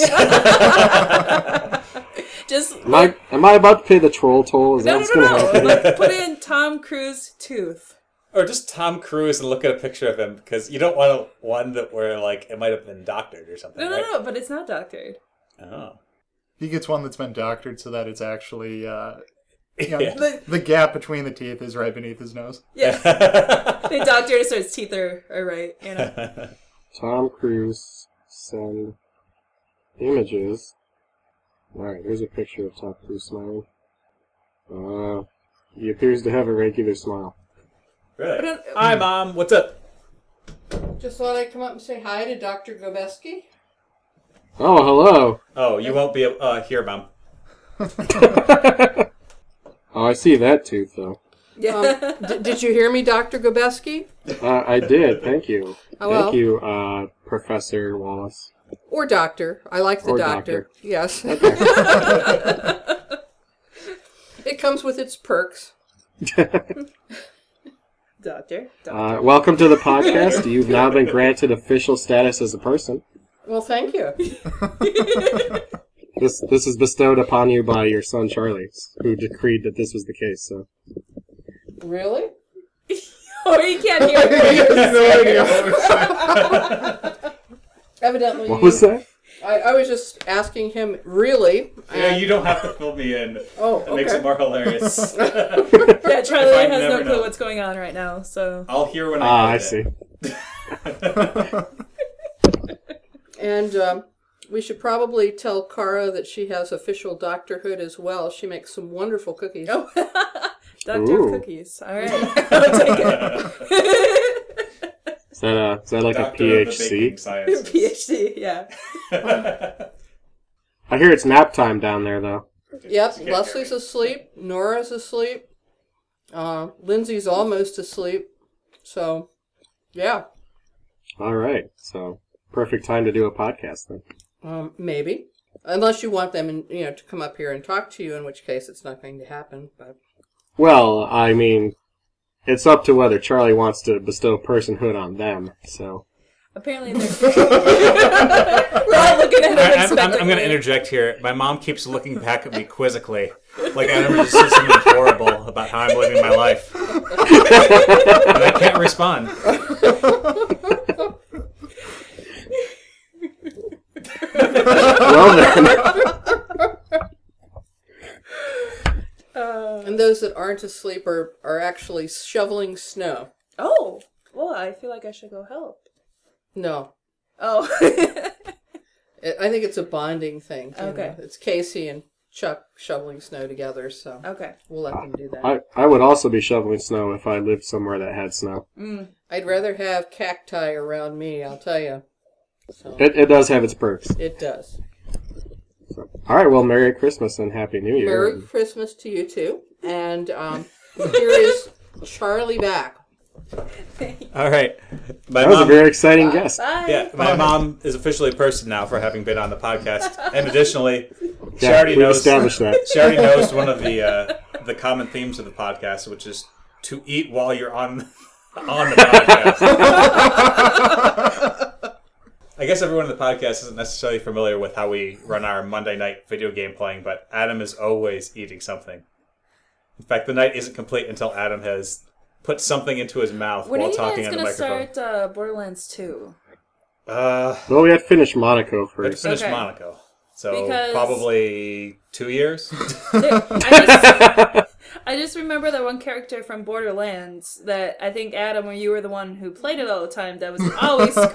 [SPEAKER 4] Just
[SPEAKER 1] Am I, am I about to pay the troll toll? Is that
[SPEAKER 4] no no
[SPEAKER 1] what's
[SPEAKER 4] no
[SPEAKER 1] gonna
[SPEAKER 4] no.
[SPEAKER 1] happen?
[SPEAKER 4] Like, put in Tom Cruise tooth.
[SPEAKER 2] Or just Tom Cruise and look at a picture of him because you don't want a, one that where like it might have been doctored or something.
[SPEAKER 4] No no
[SPEAKER 2] right?
[SPEAKER 4] no, but it's not doctored.
[SPEAKER 2] Oh.
[SPEAKER 3] He gets one that's been doctored so that it's actually uh, you know,
[SPEAKER 2] Yeah.
[SPEAKER 4] The-
[SPEAKER 3] the gap between the teeth is right beneath his nose.
[SPEAKER 4] Yeah, they doctored it so his teeth are, are right. You know.
[SPEAKER 1] Tom Cruise send images. Alright, there's a picture of Tom Cruise smiling. Uh, he appears to have a regular smile.
[SPEAKER 2] really?
[SPEAKER 4] But uh, mm. I-
[SPEAKER 2] Hi, mom. What's up?
[SPEAKER 5] Just thought I'd come up and say hi to Dr. Gobeski.
[SPEAKER 1] Oh, hello!
[SPEAKER 2] Oh, you won't be able- uh, here, mom.
[SPEAKER 1] Oh, I see that tooth, though.
[SPEAKER 4] Yeah.
[SPEAKER 5] D- did you hear me, Dr. Gobeski?
[SPEAKER 1] Uh, I did, thank you. Thank
[SPEAKER 5] Oh, well.
[SPEAKER 1] you, uh, Professor Wallace.
[SPEAKER 5] Or doctor. I like the
[SPEAKER 1] Or
[SPEAKER 5] doctor.
[SPEAKER 1] doctor.
[SPEAKER 5] Yes. it comes with its perks.
[SPEAKER 4] doctor. Doctor.
[SPEAKER 1] Uh, welcome to the podcast. You've now been granted official status as a person.
[SPEAKER 5] Well, thank you.
[SPEAKER 1] This this is bestowed upon you by your son Charlie, who decreed that this was the case. So
[SPEAKER 5] Really?
[SPEAKER 4] Or you Oh, can't hear it.
[SPEAKER 3] He has no idea what we're saying.
[SPEAKER 5] Evidently.
[SPEAKER 1] what was that?
[SPEAKER 5] I, I was just asking him, really?
[SPEAKER 2] Yeah,
[SPEAKER 5] And-
[SPEAKER 2] you don't have to fill me in. It
[SPEAKER 5] Oh, okay.
[SPEAKER 2] makes it more hilarious.
[SPEAKER 4] Yeah, Charlie
[SPEAKER 2] If I
[SPEAKER 4] has no
[SPEAKER 2] never
[SPEAKER 4] clue
[SPEAKER 2] know.
[SPEAKER 4] what's going on right now. So
[SPEAKER 2] I'll hear when I.
[SPEAKER 1] Ah,
[SPEAKER 2] get
[SPEAKER 1] I
[SPEAKER 2] it.
[SPEAKER 1] see.
[SPEAKER 5] And um, we should probably tell Kara that she has official doctorhood as well. She makes some wonderful cookies. Oh,
[SPEAKER 4] Doctor
[SPEAKER 1] Ooh.
[SPEAKER 4] of Cookies. All right, I'll take it.
[SPEAKER 1] Is that a, is that like
[SPEAKER 2] Doctor
[SPEAKER 1] a
[SPEAKER 2] of the baking
[SPEAKER 1] PHC?
[SPEAKER 2] sciences.
[SPEAKER 4] PhD. Yeah.
[SPEAKER 1] I hear it's nap time down there though.
[SPEAKER 5] yep.
[SPEAKER 2] get
[SPEAKER 5] Leslie's asleep. Nora's asleep. Uh, Lindsay's almost asleep. So, yeah,
[SPEAKER 1] All right, so perfect time to do a podcast then.
[SPEAKER 5] um, maybe. Unless you want them, in, you know, to come up here and talk to you, in which case it's not going to happen. But
[SPEAKER 1] Well, I mean, it's up to whether Charlie wants to bestow personhood on them. So
[SPEAKER 4] Apparently they're. We're all looking at him
[SPEAKER 2] I, am I'm,
[SPEAKER 4] expectantly.
[SPEAKER 2] going to interject here. My mom keeps looking back at me quizzically, like I remember just said something horrible about how I'm living my life, and I can't respond.
[SPEAKER 1] well then,
[SPEAKER 4] Uh,
[SPEAKER 5] and those that aren't asleep are are actually shoveling snow.
[SPEAKER 4] Oh, well, I feel like I should go help.
[SPEAKER 5] No,
[SPEAKER 4] Oh.
[SPEAKER 5] It, I think it's a bonding thing. you
[SPEAKER 4] Okay.
[SPEAKER 5] know. It's Casey and Chuck shoveling snow together, so
[SPEAKER 4] okay.
[SPEAKER 5] we'll let them do that.
[SPEAKER 1] I I would also be shoveling snow if I lived somewhere that had snow.
[SPEAKER 5] I'd rather have cacti around me, I'll tell you. So
[SPEAKER 1] It it does have its perks.
[SPEAKER 5] it does.
[SPEAKER 1] All right, well, Merry Christmas and Happy New Year.
[SPEAKER 5] Merry Christmas to you too. And um, here is Charlie back.
[SPEAKER 2] All right, my
[SPEAKER 1] That was a
[SPEAKER 2] mom.
[SPEAKER 1] very exciting
[SPEAKER 4] Uh,
[SPEAKER 1] guest.
[SPEAKER 4] Bye.
[SPEAKER 2] yeah, my mom is officially a person now for having been on the podcast, and additionally, she
[SPEAKER 1] Yeah,
[SPEAKER 2] already
[SPEAKER 1] we
[SPEAKER 2] knows.
[SPEAKER 1] established that.
[SPEAKER 2] She already knows one of the uh, the common themes of the podcast, which is to eat while you're on on the podcast. I guess everyone in the podcast isn't necessarily familiar with how we run our Monday night video game playing, but Adam is always eating something. In fact, the night isn't complete until Adam has put something into his mouth
[SPEAKER 4] When are
[SPEAKER 2] while
[SPEAKER 4] you
[SPEAKER 2] talking on
[SPEAKER 4] guys
[SPEAKER 2] the
[SPEAKER 4] gonna
[SPEAKER 2] microphone.
[SPEAKER 4] start uh, Borderlands Two?
[SPEAKER 2] Uh,
[SPEAKER 1] Well, we had to finish Monaco
[SPEAKER 2] we have to
[SPEAKER 1] first.
[SPEAKER 2] finish
[SPEAKER 4] Okay.
[SPEAKER 2] Monaco. So
[SPEAKER 4] Because-
[SPEAKER 2] probably two years.
[SPEAKER 4] I just, I just remember that one character from Borderlands that I think Adam or you were the one who played it all the time that was always screaming.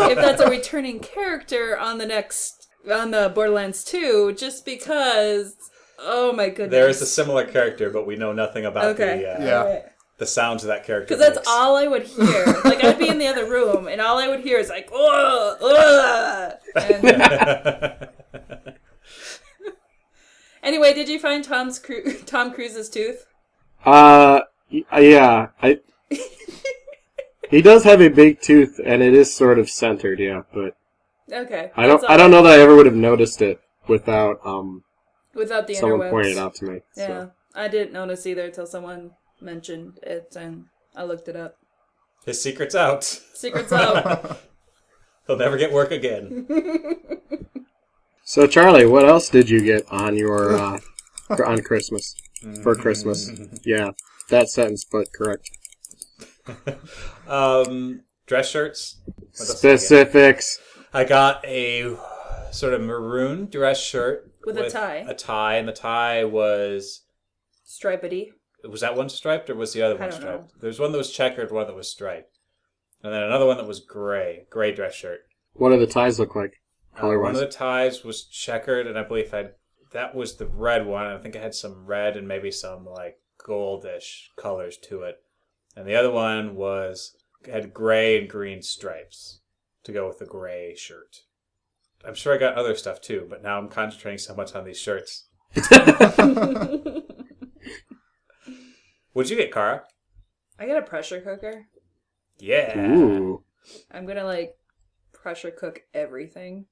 [SPEAKER 1] Uh,
[SPEAKER 4] if that's a returning character on the next on the Borderlands 2 just because oh my goodness.
[SPEAKER 2] there is a similar character, but we know nothing about
[SPEAKER 4] Okay.
[SPEAKER 2] the uh,
[SPEAKER 3] Yeah.
[SPEAKER 2] the sounds of that character.
[SPEAKER 4] Because that's
[SPEAKER 2] makes.
[SPEAKER 4] all I would hear. Like I'd be in the other room, and all I would hear is like, "Oh, oh." And anyway, did you find Tom's Cru- Tom Cruise's tooth?
[SPEAKER 1] Uh, y- yeah, I. he does have a big tooth, and it is sort of centered, yeah. But
[SPEAKER 4] Okay,
[SPEAKER 1] I don't,
[SPEAKER 4] that's all-
[SPEAKER 1] I don't know that I ever would have noticed it without um
[SPEAKER 4] Without the
[SPEAKER 1] someone
[SPEAKER 4] interwebs.
[SPEAKER 1] pointing it out to me.
[SPEAKER 4] Yeah,
[SPEAKER 1] So.
[SPEAKER 4] I didn't notice either until someone mentioned it, and I looked it up.
[SPEAKER 2] His secret's out.
[SPEAKER 4] Secrets out.
[SPEAKER 2] He'll never get work again.
[SPEAKER 1] So, Charlie, what else did you get on your uh, cr- on Christmas for Christmas? Yeah, that sentence, but correct.
[SPEAKER 2] Um, dress shirts. What else did I get?
[SPEAKER 1] Specifics.
[SPEAKER 2] I got a sort of maroon dress shirt
[SPEAKER 4] With a tie.
[SPEAKER 2] A tie, and the tie was
[SPEAKER 4] Stripedy.
[SPEAKER 2] was that one striped or was the other
[SPEAKER 4] I
[SPEAKER 2] one
[SPEAKER 4] don't
[SPEAKER 2] striped?
[SPEAKER 4] know.
[SPEAKER 2] There's one that was checkered, one that was striped, and then another one that was gray, gray dress shirt.
[SPEAKER 1] What do the ties look like?
[SPEAKER 2] Uh,
[SPEAKER 1] Color
[SPEAKER 2] one
[SPEAKER 1] wise.
[SPEAKER 2] of the ties was checkered, and I believe had that was the red one. I think it had some red and maybe some like goldish colors to it, and the other one was had gray and green stripes to go with the gray shirt. I'm sure I got other stuff too, but now I'm concentrating so much on these shirts. What'd you get, Kara?
[SPEAKER 4] I got a pressure cooker.
[SPEAKER 2] Yeah.
[SPEAKER 1] Ooh.
[SPEAKER 4] I'm gonna like pressure cook everything.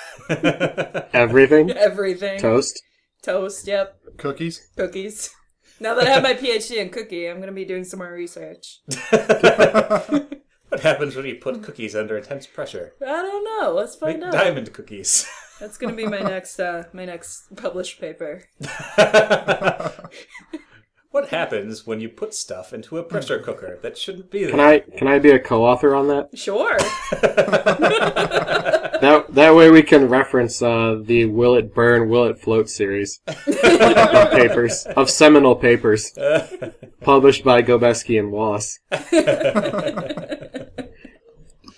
[SPEAKER 1] Everything?
[SPEAKER 4] Everything.
[SPEAKER 1] Toast?
[SPEAKER 4] Toast. Yep.
[SPEAKER 3] Cookies.
[SPEAKER 4] cookies. Now that I have my PhD in cookie, I'm going to be doing some more research.
[SPEAKER 2] what happens when you put cookies under intense pressure?
[SPEAKER 4] I don't know. Let's
[SPEAKER 2] Make
[SPEAKER 4] find out.
[SPEAKER 2] diamond cookies.
[SPEAKER 4] That's going to be my next uh, my next published paper.
[SPEAKER 2] what happens when you put stuff into a pressure cooker that shouldn't be there?
[SPEAKER 1] Can I can I be a co-author on that?
[SPEAKER 4] Sure.
[SPEAKER 1] That that way we can reference uh, the "Will It Burn, Will It Float" series of papers of seminal papers published by Gobeski and Wallace.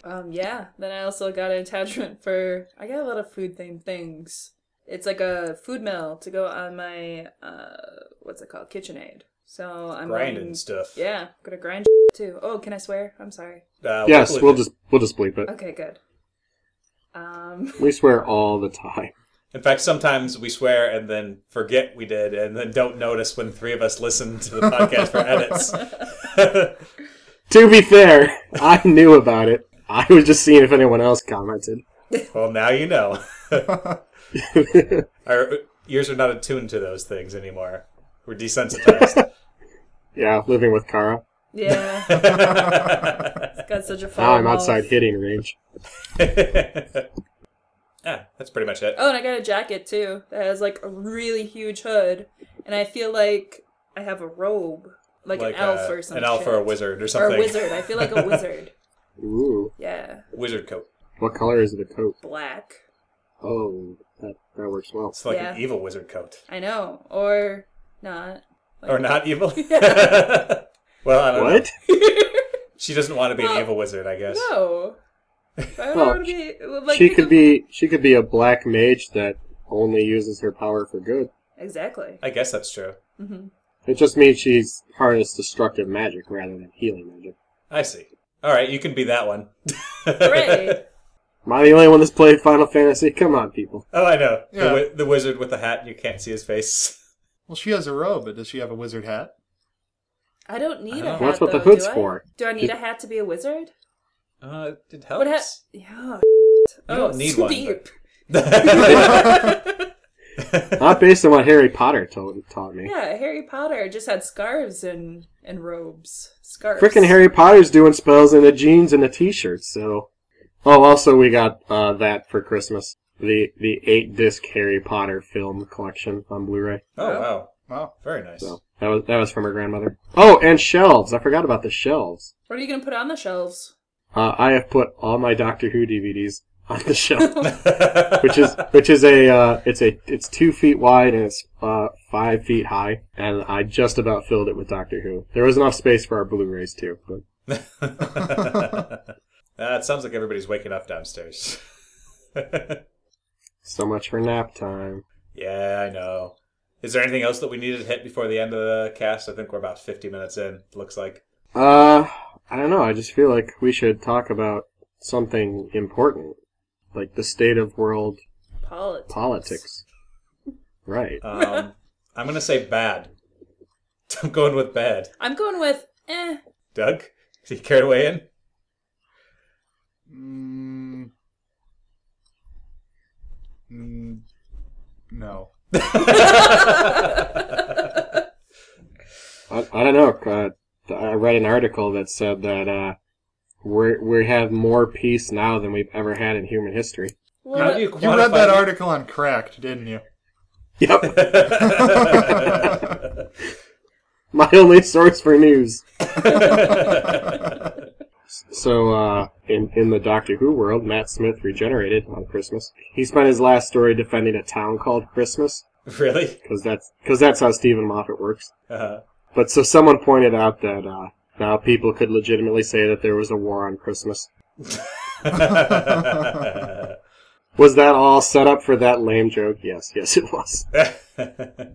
[SPEAKER 4] Um, yeah. Then I also got an attachment for I got a lot of food themed things. It's like a food mill to go on my uh, what's it called KitchenAid. So I'm
[SPEAKER 2] Grinding
[SPEAKER 4] going-
[SPEAKER 2] stuff.
[SPEAKER 4] Yeah, I'm gonna grind too. Oh, can I swear? I'm sorry.
[SPEAKER 2] Uh,
[SPEAKER 1] Yes,
[SPEAKER 2] wiggly
[SPEAKER 1] we'll
[SPEAKER 2] bit.
[SPEAKER 1] just we'll just bleep it.
[SPEAKER 4] Okay, good. Um,
[SPEAKER 1] We swear all the time.
[SPEAKER 2] In fact, sometimes we swear and then forget we did, and then don't notice when three of us listen to the podcast for edits.
[SPEAKER 1] To be fair, I knew about it. I was just seeing if anyone else commented.
[SPEAKER 2] well, now you know. Our ears are not attuned to those things anymore. We're desensitized.
[SPEAKER 1] Yeah, living with Kara.
[SPEAKER 4] yeah. It's got such a
[SPEAKER 1] Now I'm
[SPEAKER 4] foul
[SPEAKER 1] outside
[SPEAKER 4] mouth.
[SPEAKER 1] hitting range.
[SPEAKER 2] yeah, Ah, that's pretty much it.
[SPEAKER 4] Oh, and I got a jacket too that has like a really huge hood, and I feel like I have a robe, like, an elf
[SPEAKER 2] a-
[SPEAKER 4] or something.
[SPEAKER 2] uh, An elf or a wizard or
[SPEAKER 4] Or
[SPEAKER 2] something.
[SPEAKER 4] a wizard. I feel like a wizard.
[SPEAKER 1] Ooh,
[SPEAKER 4] Yeah,
[SPEAKER 2] Wizard coat.
[SPEAKER 1] what color is the coat?
[SPEAKER 4] black.
[SPEAKER 1] Oh, that that works well.
[SPEAKER 2] It's like
[SPEAKER 4] Yeah.
[SPEAKER 2] an evil wizard coat.
[SPEAKER 4] I know, or not.
[SPEAKER 2] Or not evil. well, I don't know.
[SPEAKER 1] What?
[SPEAKER 2] She doesn't want to be an
[SPEAKER 4] Well,
[SPEAKER 2] evil wizard, I guess.
[SPEAKER 4] No. Why would I
[SPEAKER 1] Well,
[SPEAKER 4] wanna be, like,
[SPEAKER 1] she
[SPEAKER 4] we
[SPEAKER 1] could be she could be a black mage that only uses her power for good.
[SPEAKER 4] exactly. Mm-hmm.
[SPEAKER 2] I guess that's true.
[SPEAKER 1] It just means she's harnessed destructive magic rather than healing magic.
[SPEAKER 2] I see. All right, you can be that one.
[SPEAKER 4] Hooray!
[SPEAKER 1] Am I the only one that's played Final Fantasy? Come on, people.
[SPEAKER 2] Oh, I know. The,
[SPEAKER 3] Yeah.
[SPEAKER 2] wi- the wizard with the hat and you can't see his face.
[SPEAKER 3] Well, she has a robe, but does she have a wizard hat?
[SPEAKER 4] I don't need
[SPEAKER 2] I don't
[SPEAKER 4] a
[SPEAKER 2] know.
[SPEAKER 4] hat.
[SPEAKER 1] That's what the
[SPEAKER 4] though,
[SPEAKER 1] hood's
[SPEAKER 4] do I?
[SPEAKER 1] for.
[SPEAKER 4] Do I need a hat to be a wizard?
[SPEAKER 2] Uh, it helps.
[SPEAKER 4] What hat? Yeah. Oh,
[SPEAKER 2] You don't need one,
[SPEAKER 4] deep.
[SPEAKER 1] Not based on what Harry Potter told, taught me.
[SPEAKER 4] Yeah, Harry Potter just had scarves and and robes. Scarves.
[SPEAKER 1] Frickin' Harry Potter's doing spells in the jeans and a t-shirt, so... Oh, also we got uh, that for Christmas. The the eight disc Harry Potter film collection on Blu-ray.
[SPEAKER 2] Oh, wow.
[SPEAKER 3] Wow.
[SPEAKER 2] Very nice.
[SPEAKER 1] So That was that was from her grandmother. Oh, and shelves. I forgot about the shelves.
[SPEAKER 4] What are you gonna put on the shelves?
[SPEAKER 1] Uh, I have put all my Doctor Who DVDs on the shelf, which is which is a uh, it's a it's two feet wide and it's uh, five feet high, and I just about filled it with Doctor Who. There was enough space for our Blu-rays too, but
[SPEAKER 2] that sounds like everybody's waking up downstairs.
[SPEAKER 1] so much for nap time.
[SPEAKER 2] yeah, I know. Is there anything else that we needed to hit before the end of the cast? I think we're about 50 minutes in, looks like.
[SPEAKER 1] Uh, I don't know. I just feel like we should talk about something important, like the state of world
[SPEAKER 4] Politics.
[SPEAKER 1] politics. Right.
[SPEAKER 2] Um, I'm going to say bad. I'm going with bad.
[SPEAKER 4] I'm going with eh.
[SPEAKER 2] Doug, do you care to weigh in?
[SPEAKER 3] Mm. Mm. No.
[SPEAKER 1] I, I don't know. Uh, I read an article that said that uh, we we have more peace now than we've ever had in human history.
[SPEAKER 4] Well,
[SPEAKER 2] How do you
[SPEAKER 3] You read that
[SPEAKER 2] quantify-
[SPEAKER 3] article on Cracked, didn't you?
[SPEAKER 1] Yep, my only source for news. So, uh, in in the Doctor Who world, Matt Smith regenerated on Christmas. He spent his last story defending a town called Christmas
[SPEAKER 2] really?
[SPEAKER 1] because that's because that's how Stephen Moffat works.
[SPEAKER 2] Uh,
[SPEAKER 1] But so someone pointed out that uh, now people could legitimately say that there was a war on Christmas. Was that all set up for that lame joke? Yes, yes, it was.
[SPEAKER 2] uh,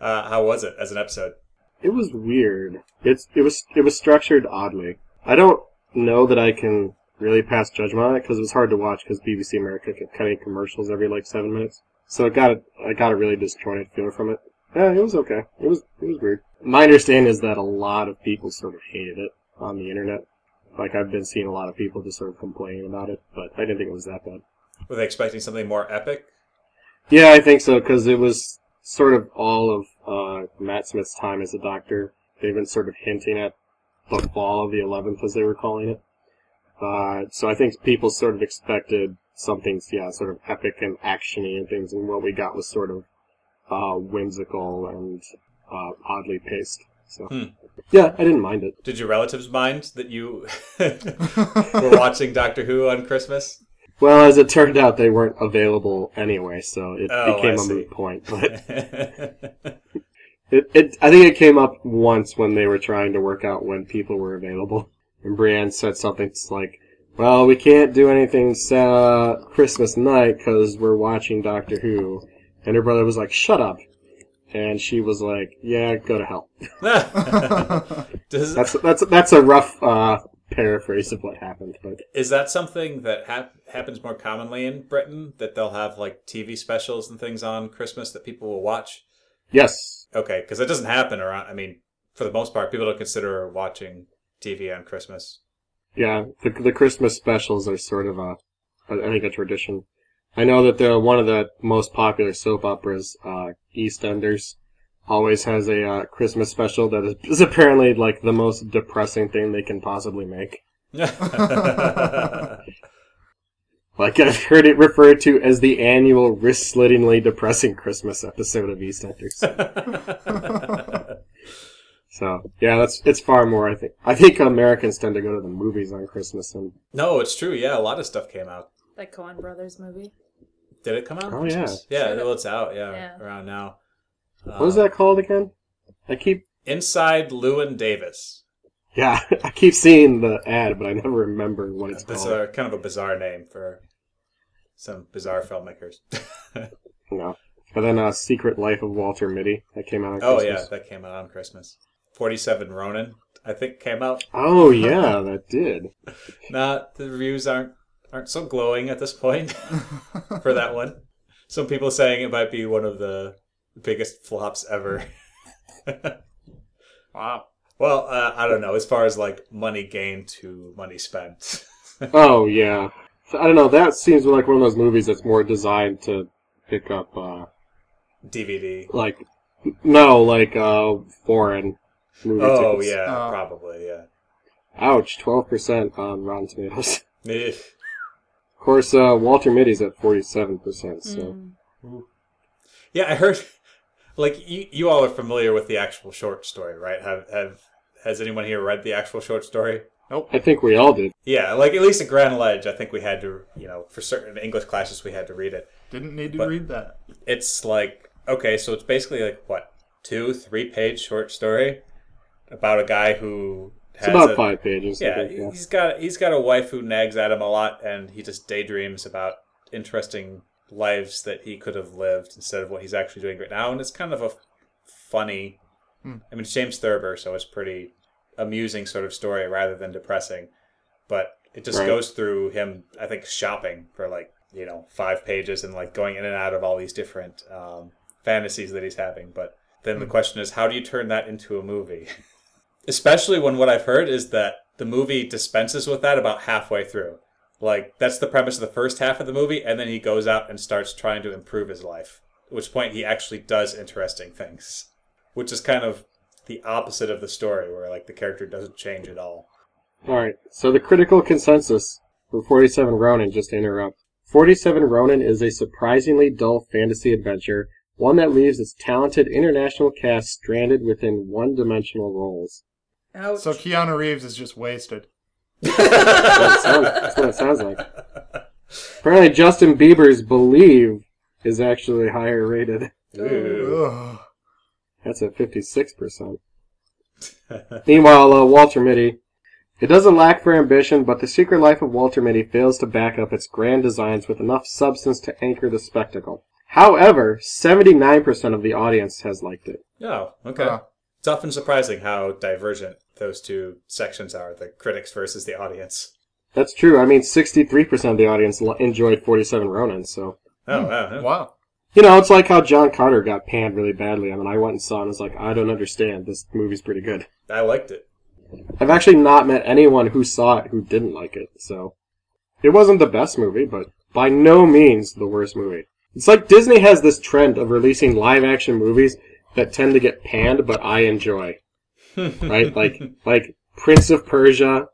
[SPEAKER 2] how was it as an episode?
[SPEAKER 1] It was weird. It's it was it was structured oddly. I don't know that I can really pass judgment on it because it was hard to watch because BBC America kept cutting commercials every like seven minutes. So it got a, I got a really disjointed feel from it. Yeah, it was okay. It was it was weird. My understanding is that a lot of people sort of hated it on the internet. Like I've been seeing a lot of people just sort of complaining about it, but I didn't think it was that bad.
[SPEAKER 2] Were they expecting something more epic?
[SPEAKER 1] Yeah, I think so because it was sort of all of uh, Matt Smith's time as a doctor. They've been sort of hinting at the fall of the eleventh, as they were calling it. Uh, so I think people sort of expected something, yeah, sort of epic and actiony and things, and what we got was sort of uh, whimsical and uh, oddly paced. So
[SPEAKER 2] Hmm.
[SPEAKER 1] yeah, I didn't mind it.
[SPEAKER 2] Did your relatives mind that you were watching Doctor Who on Christmas?
[SPEAKER 1] Well, as it turned out, they weren't available anyway, so it
[SPEAKER 2] Oh, I
[SPEAKER 1] became a
[SPEAKER 2] see.
[SPEAKER 1] moot point. But It, it, I think it came up once when they were trying to work out when people were available. And Brienne said something s- like, Well, we can't do anything sa- Christmas night because we're watching Doctor Who. And her brother was like, Shut up. And she was like, Yeah, go to hell.
[SPEAKER 2] Does,
[SPEAKER 1] That's, that's, that's a rough uh, paraphrase of what happened. But
[SPEAKER 2] is that something that hap- happens more commonly in Britain? That they'll have like TV specials and things on Christmas that people will watch?
[SPEAKER 1] yes,
[SPEAKER 2] Okay, because that doesn't happen around. I mean, for the most part, people don't consider watching TV on Christmas.
[SPEAKER 1] yeah, the, the Christmas specials are sort of a, I I think, a tradition. I know that the one of the most popular soap operas, uh, EastEnders, always has a uh, Christmas special that is, is apparently like the most depressing thing they can possibly make. Like I've heard it referred to as the annual wrist-slittingly depressing Christmas episode of EastEnders. so yeah, that's it's far more. I think I think Americans tend to go to the movies on Christmas, and
[SPEAKER 2] no, it's true. Yeah, a lot of stuff came out.
[SPEAKER 4] That Coen Brothers movie.
[SPEAKER 2] Did it come out?
[SPEAKER 1] Oh, yeah.
[SPEAKER 2] yeah.
[SPEAKER 4] Sure.
[SPEAKER 2] Well, it's out. Yeah,
[SPEAKER 4] Yeah.
[SPEAKER 2] around now. Um,
[SPEAKER 1] what
[SPEAKER 2] Uh,
[SPEAKER 1] was that called again? I keep
[SPEAKER 2] Inside Lewin Davis.
[SPEAKER 1] Yeah, I keep seeing the ad, but I never remember what it's
[SPEAKER 2] That's
[SPEAKER 1] called.
[SPEAKER 2] a, kind of a bizarre name for some bizarre filmmakers.
[SPEAKER 1] No. And then uh, Secret Life of Walter Mitty that came out. On
[SPEAKER 2] oh yeah,
[SPEAKER 1] Christmas.
[SPEAKER 2] that came out on Christmas. Forty-seven Ronin, I think, came out.
[SPEAKER 1] Oh yeah, that did.
[SPEAKER 2] Nah, the reviews aren't aren't so glowing at this point for that one. Some people saying it might be one of the biggest flops ever.
[SPEAKER 3] Wow.
[SPEAKER 2] Well, uh, I don't know. As far as like money gained to money spent.
[SPEAKER 1] Oh yeah. So, I don't know. That seems like one of those movies that's more designed to pick up, uh,
[SPEAKER 2] DVD.
[SPEAKER 1] like, no, like uh, foreign movie
[SPEAKER 2] Oh
[SPEAKER 1] tickets.
[SPEAKER 2] yeah,
[SPEAKER 3] Oh.
[SPEAKER 2] probably yeah.
[SPEAKER 1] Ouch! Twelve percent on Rotten Tomatoes.
[SPEAKER 2] Eh,
[SPEAKER 1] of course,
[SPEAKER 4] Hmm.
[SPEAKER 1] uh, Walter Mitty's at forty-seven percent. So
[SPEAKER 2] Yeah, I heard. Like you, you all are familiar with the actual short story, right? Have have has anyone here read the actual short story?
[SPEAKER 1] I think we all did.
[SPEAKER 2] Yeah, like at least at Grand Ledge, I think we had to, you know, for certain English classes, we had to read it.
[SPEAKER 3] Didn't need to
[SPEAKER 2] But-
[SPEAKER 3] read that.
[SPEAKER 2] It's like okay, so it's basically like what two, three page short story about a guy who
[SPEAKER 1] It's
[SPEAKER 2] has
[SPEAKER 1] about
[SPEAKER 2] a-
[SPEAKER 1] five pages. I
[SPEAKER 2] Yeah,
[SPEAKER 1] think, yeah.
[SPEAKER 2] he's got he's got a wife who nags at him a lot, and he just daydreams about interesting lives that he could have lived instead of what he's actually doing right now. And it's kind of a funny. I mean, it's James Thurber, so it's pretty amusing sort of story rather than depressing. But it just
[SPEAKER 1] Right.
[SPEAKER 2] goes through him, I think, shopping for like you know five pages and like going in and out of all these different um, fantasies that he's having. But then the question is, how do you turn that into a movie? especially when what I've heard is that the movie dispenses with that about halfway through. Like that's the premise of the first half of the movie, and then he goes out and starts trying to improve his life. At which point he actually does interesting things, which is kind of the opposite of the story, where like the character doesn't change at all.
[SPEAKER 1] All right. So the critical consensus for 47 Ronin, just to interrupt. 47 Ronin is a surprisingly dull fantasy adventure, one that leaves its talented international cast stranded within one-dimensional roles.
[SPEAKER 4] Ouch.
[SPEAKER 3] So Keanu Reeves is just wasted.
[SPEAKER 1] That's what it sounds, that's what it sounds like. Apparently, Justin Bieber's "Believe" is actually higher rated.
[SPEAKER 2] Ooh.
[SPEAKER 3] Ugh.
[SPEAKER 1] That's at 56%. Meanwhile, uh, Walter Mitty. It doesn't lack for ambition, but The Secret Life of Walter Mitty fails to back up its grand designs with enough substance to anchor the spectacle. However, 79% of the audience has liked it.
[SPEAKER 2] Oh, okay.
[SPEAKER 3] Yeah.
[SPEAKER 2] It's often surprising how divergent those two sections are: the critics versus the audience.
[SPEAKER 1] That's true. I mean, 63% of the audience lo- enjoyed 47 Ronin, so.
[SPEAKER 2] Oh, wow.
[SPEAKER 3] Wow.
[SPEAKER 1] You know, it's like how John Carter got panned really badly. I mean, I went and saw it and was like, I don't understand. This movie's pretty good.
[SPEAKER 2] I liked it.
[SPEAKER 1] I've actually not met anyone who saw it who didn't like it, so. It wasn't the best movie, but by no means the worst movie. It's like Disney has this trend of releasing live action movies that tend to get panned, but I enjoy. right? Like, like Prince of Persia,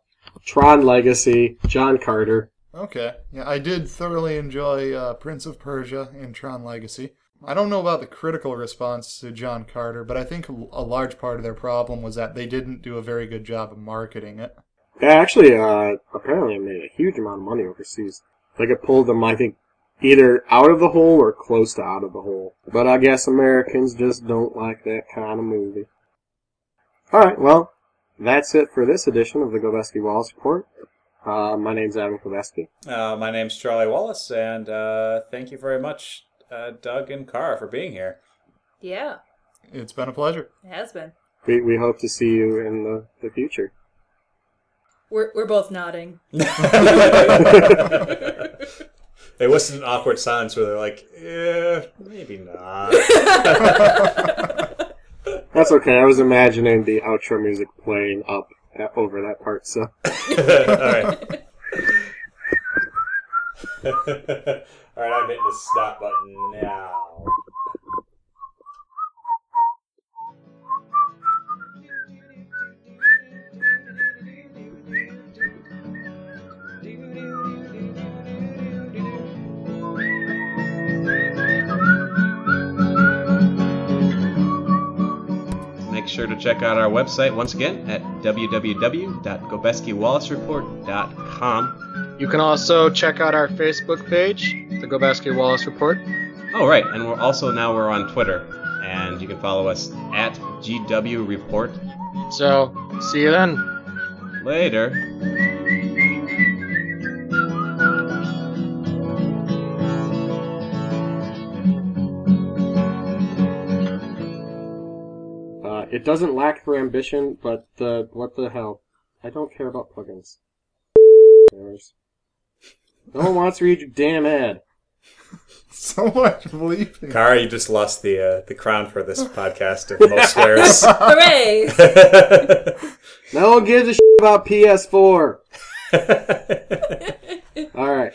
[SPEAKER 1] Tron Legacy, John Carter.
[SPEAKER 3] Okay. Yeah, I did thoroughly enjoy uh, Prince of Persia and Tron Legacy. I don't know about the critical response to John Carter, but I think a a large part of their problem was that they didn't do a very good job of marketing it.
[SPEAKER 1] They actually, uh, apparently made a huge amount of money overseas. Like it pulled them, I think, either out of the hole or close to out of the hole. But I guess Americans just don't like that kind of movie. Alright, well, that's it for this edition of the Gobeski Wallace Report. Uh, my name's Adam Gobeski.
[SPEAKER 2] Uh, my name's Charlie Wallace, and uh, thank you very much, uh, Doug and Carr, for being here.
[SPEAKER 4] yeah,
[SPEAKER 3] It's been a pleasure.
[SPEAKER 4] it has been.
[SPEAKER 1] We, we hope to see you in the, the future.
[SPEAKER 4] We're, we're both nodding.
[SPEAKER 2] It wasn't an awkward silence where they're like, eh, maybe not.
[SPEAKER 1] That's okay, I was imagining the outro music playing up uh, over that part, so.
[SPEAKER 2] All right. All right, I'm hitting the stop button now. Make sure to check out our website once again at www.gobeskiwallacereport.com.
[SPEAKER 6] You can also check out our Facebook page, the Gobasket Wallace Report.
[SPEAKER 2] Oh, right, and we're also now we're on Twitter, and you can follow us at GW Report.
[SPEAKER 6] So, see you then.
[SPEAKER 2] Later.
[SPEAKER 1] Uh, it doesn't lack for ambition, but uh, what the hell? I don't care about plugins. There's- No one wants to read your damn ad.
[SPEAKER 3] So much bleeping.
[SPEAKER 2] Kara, you just lost the uh, the crown for this podcast of most swears.
[SPEAKER 4] Hooray!
[SPEAKER 1] No one gives a shit about PS4. All right.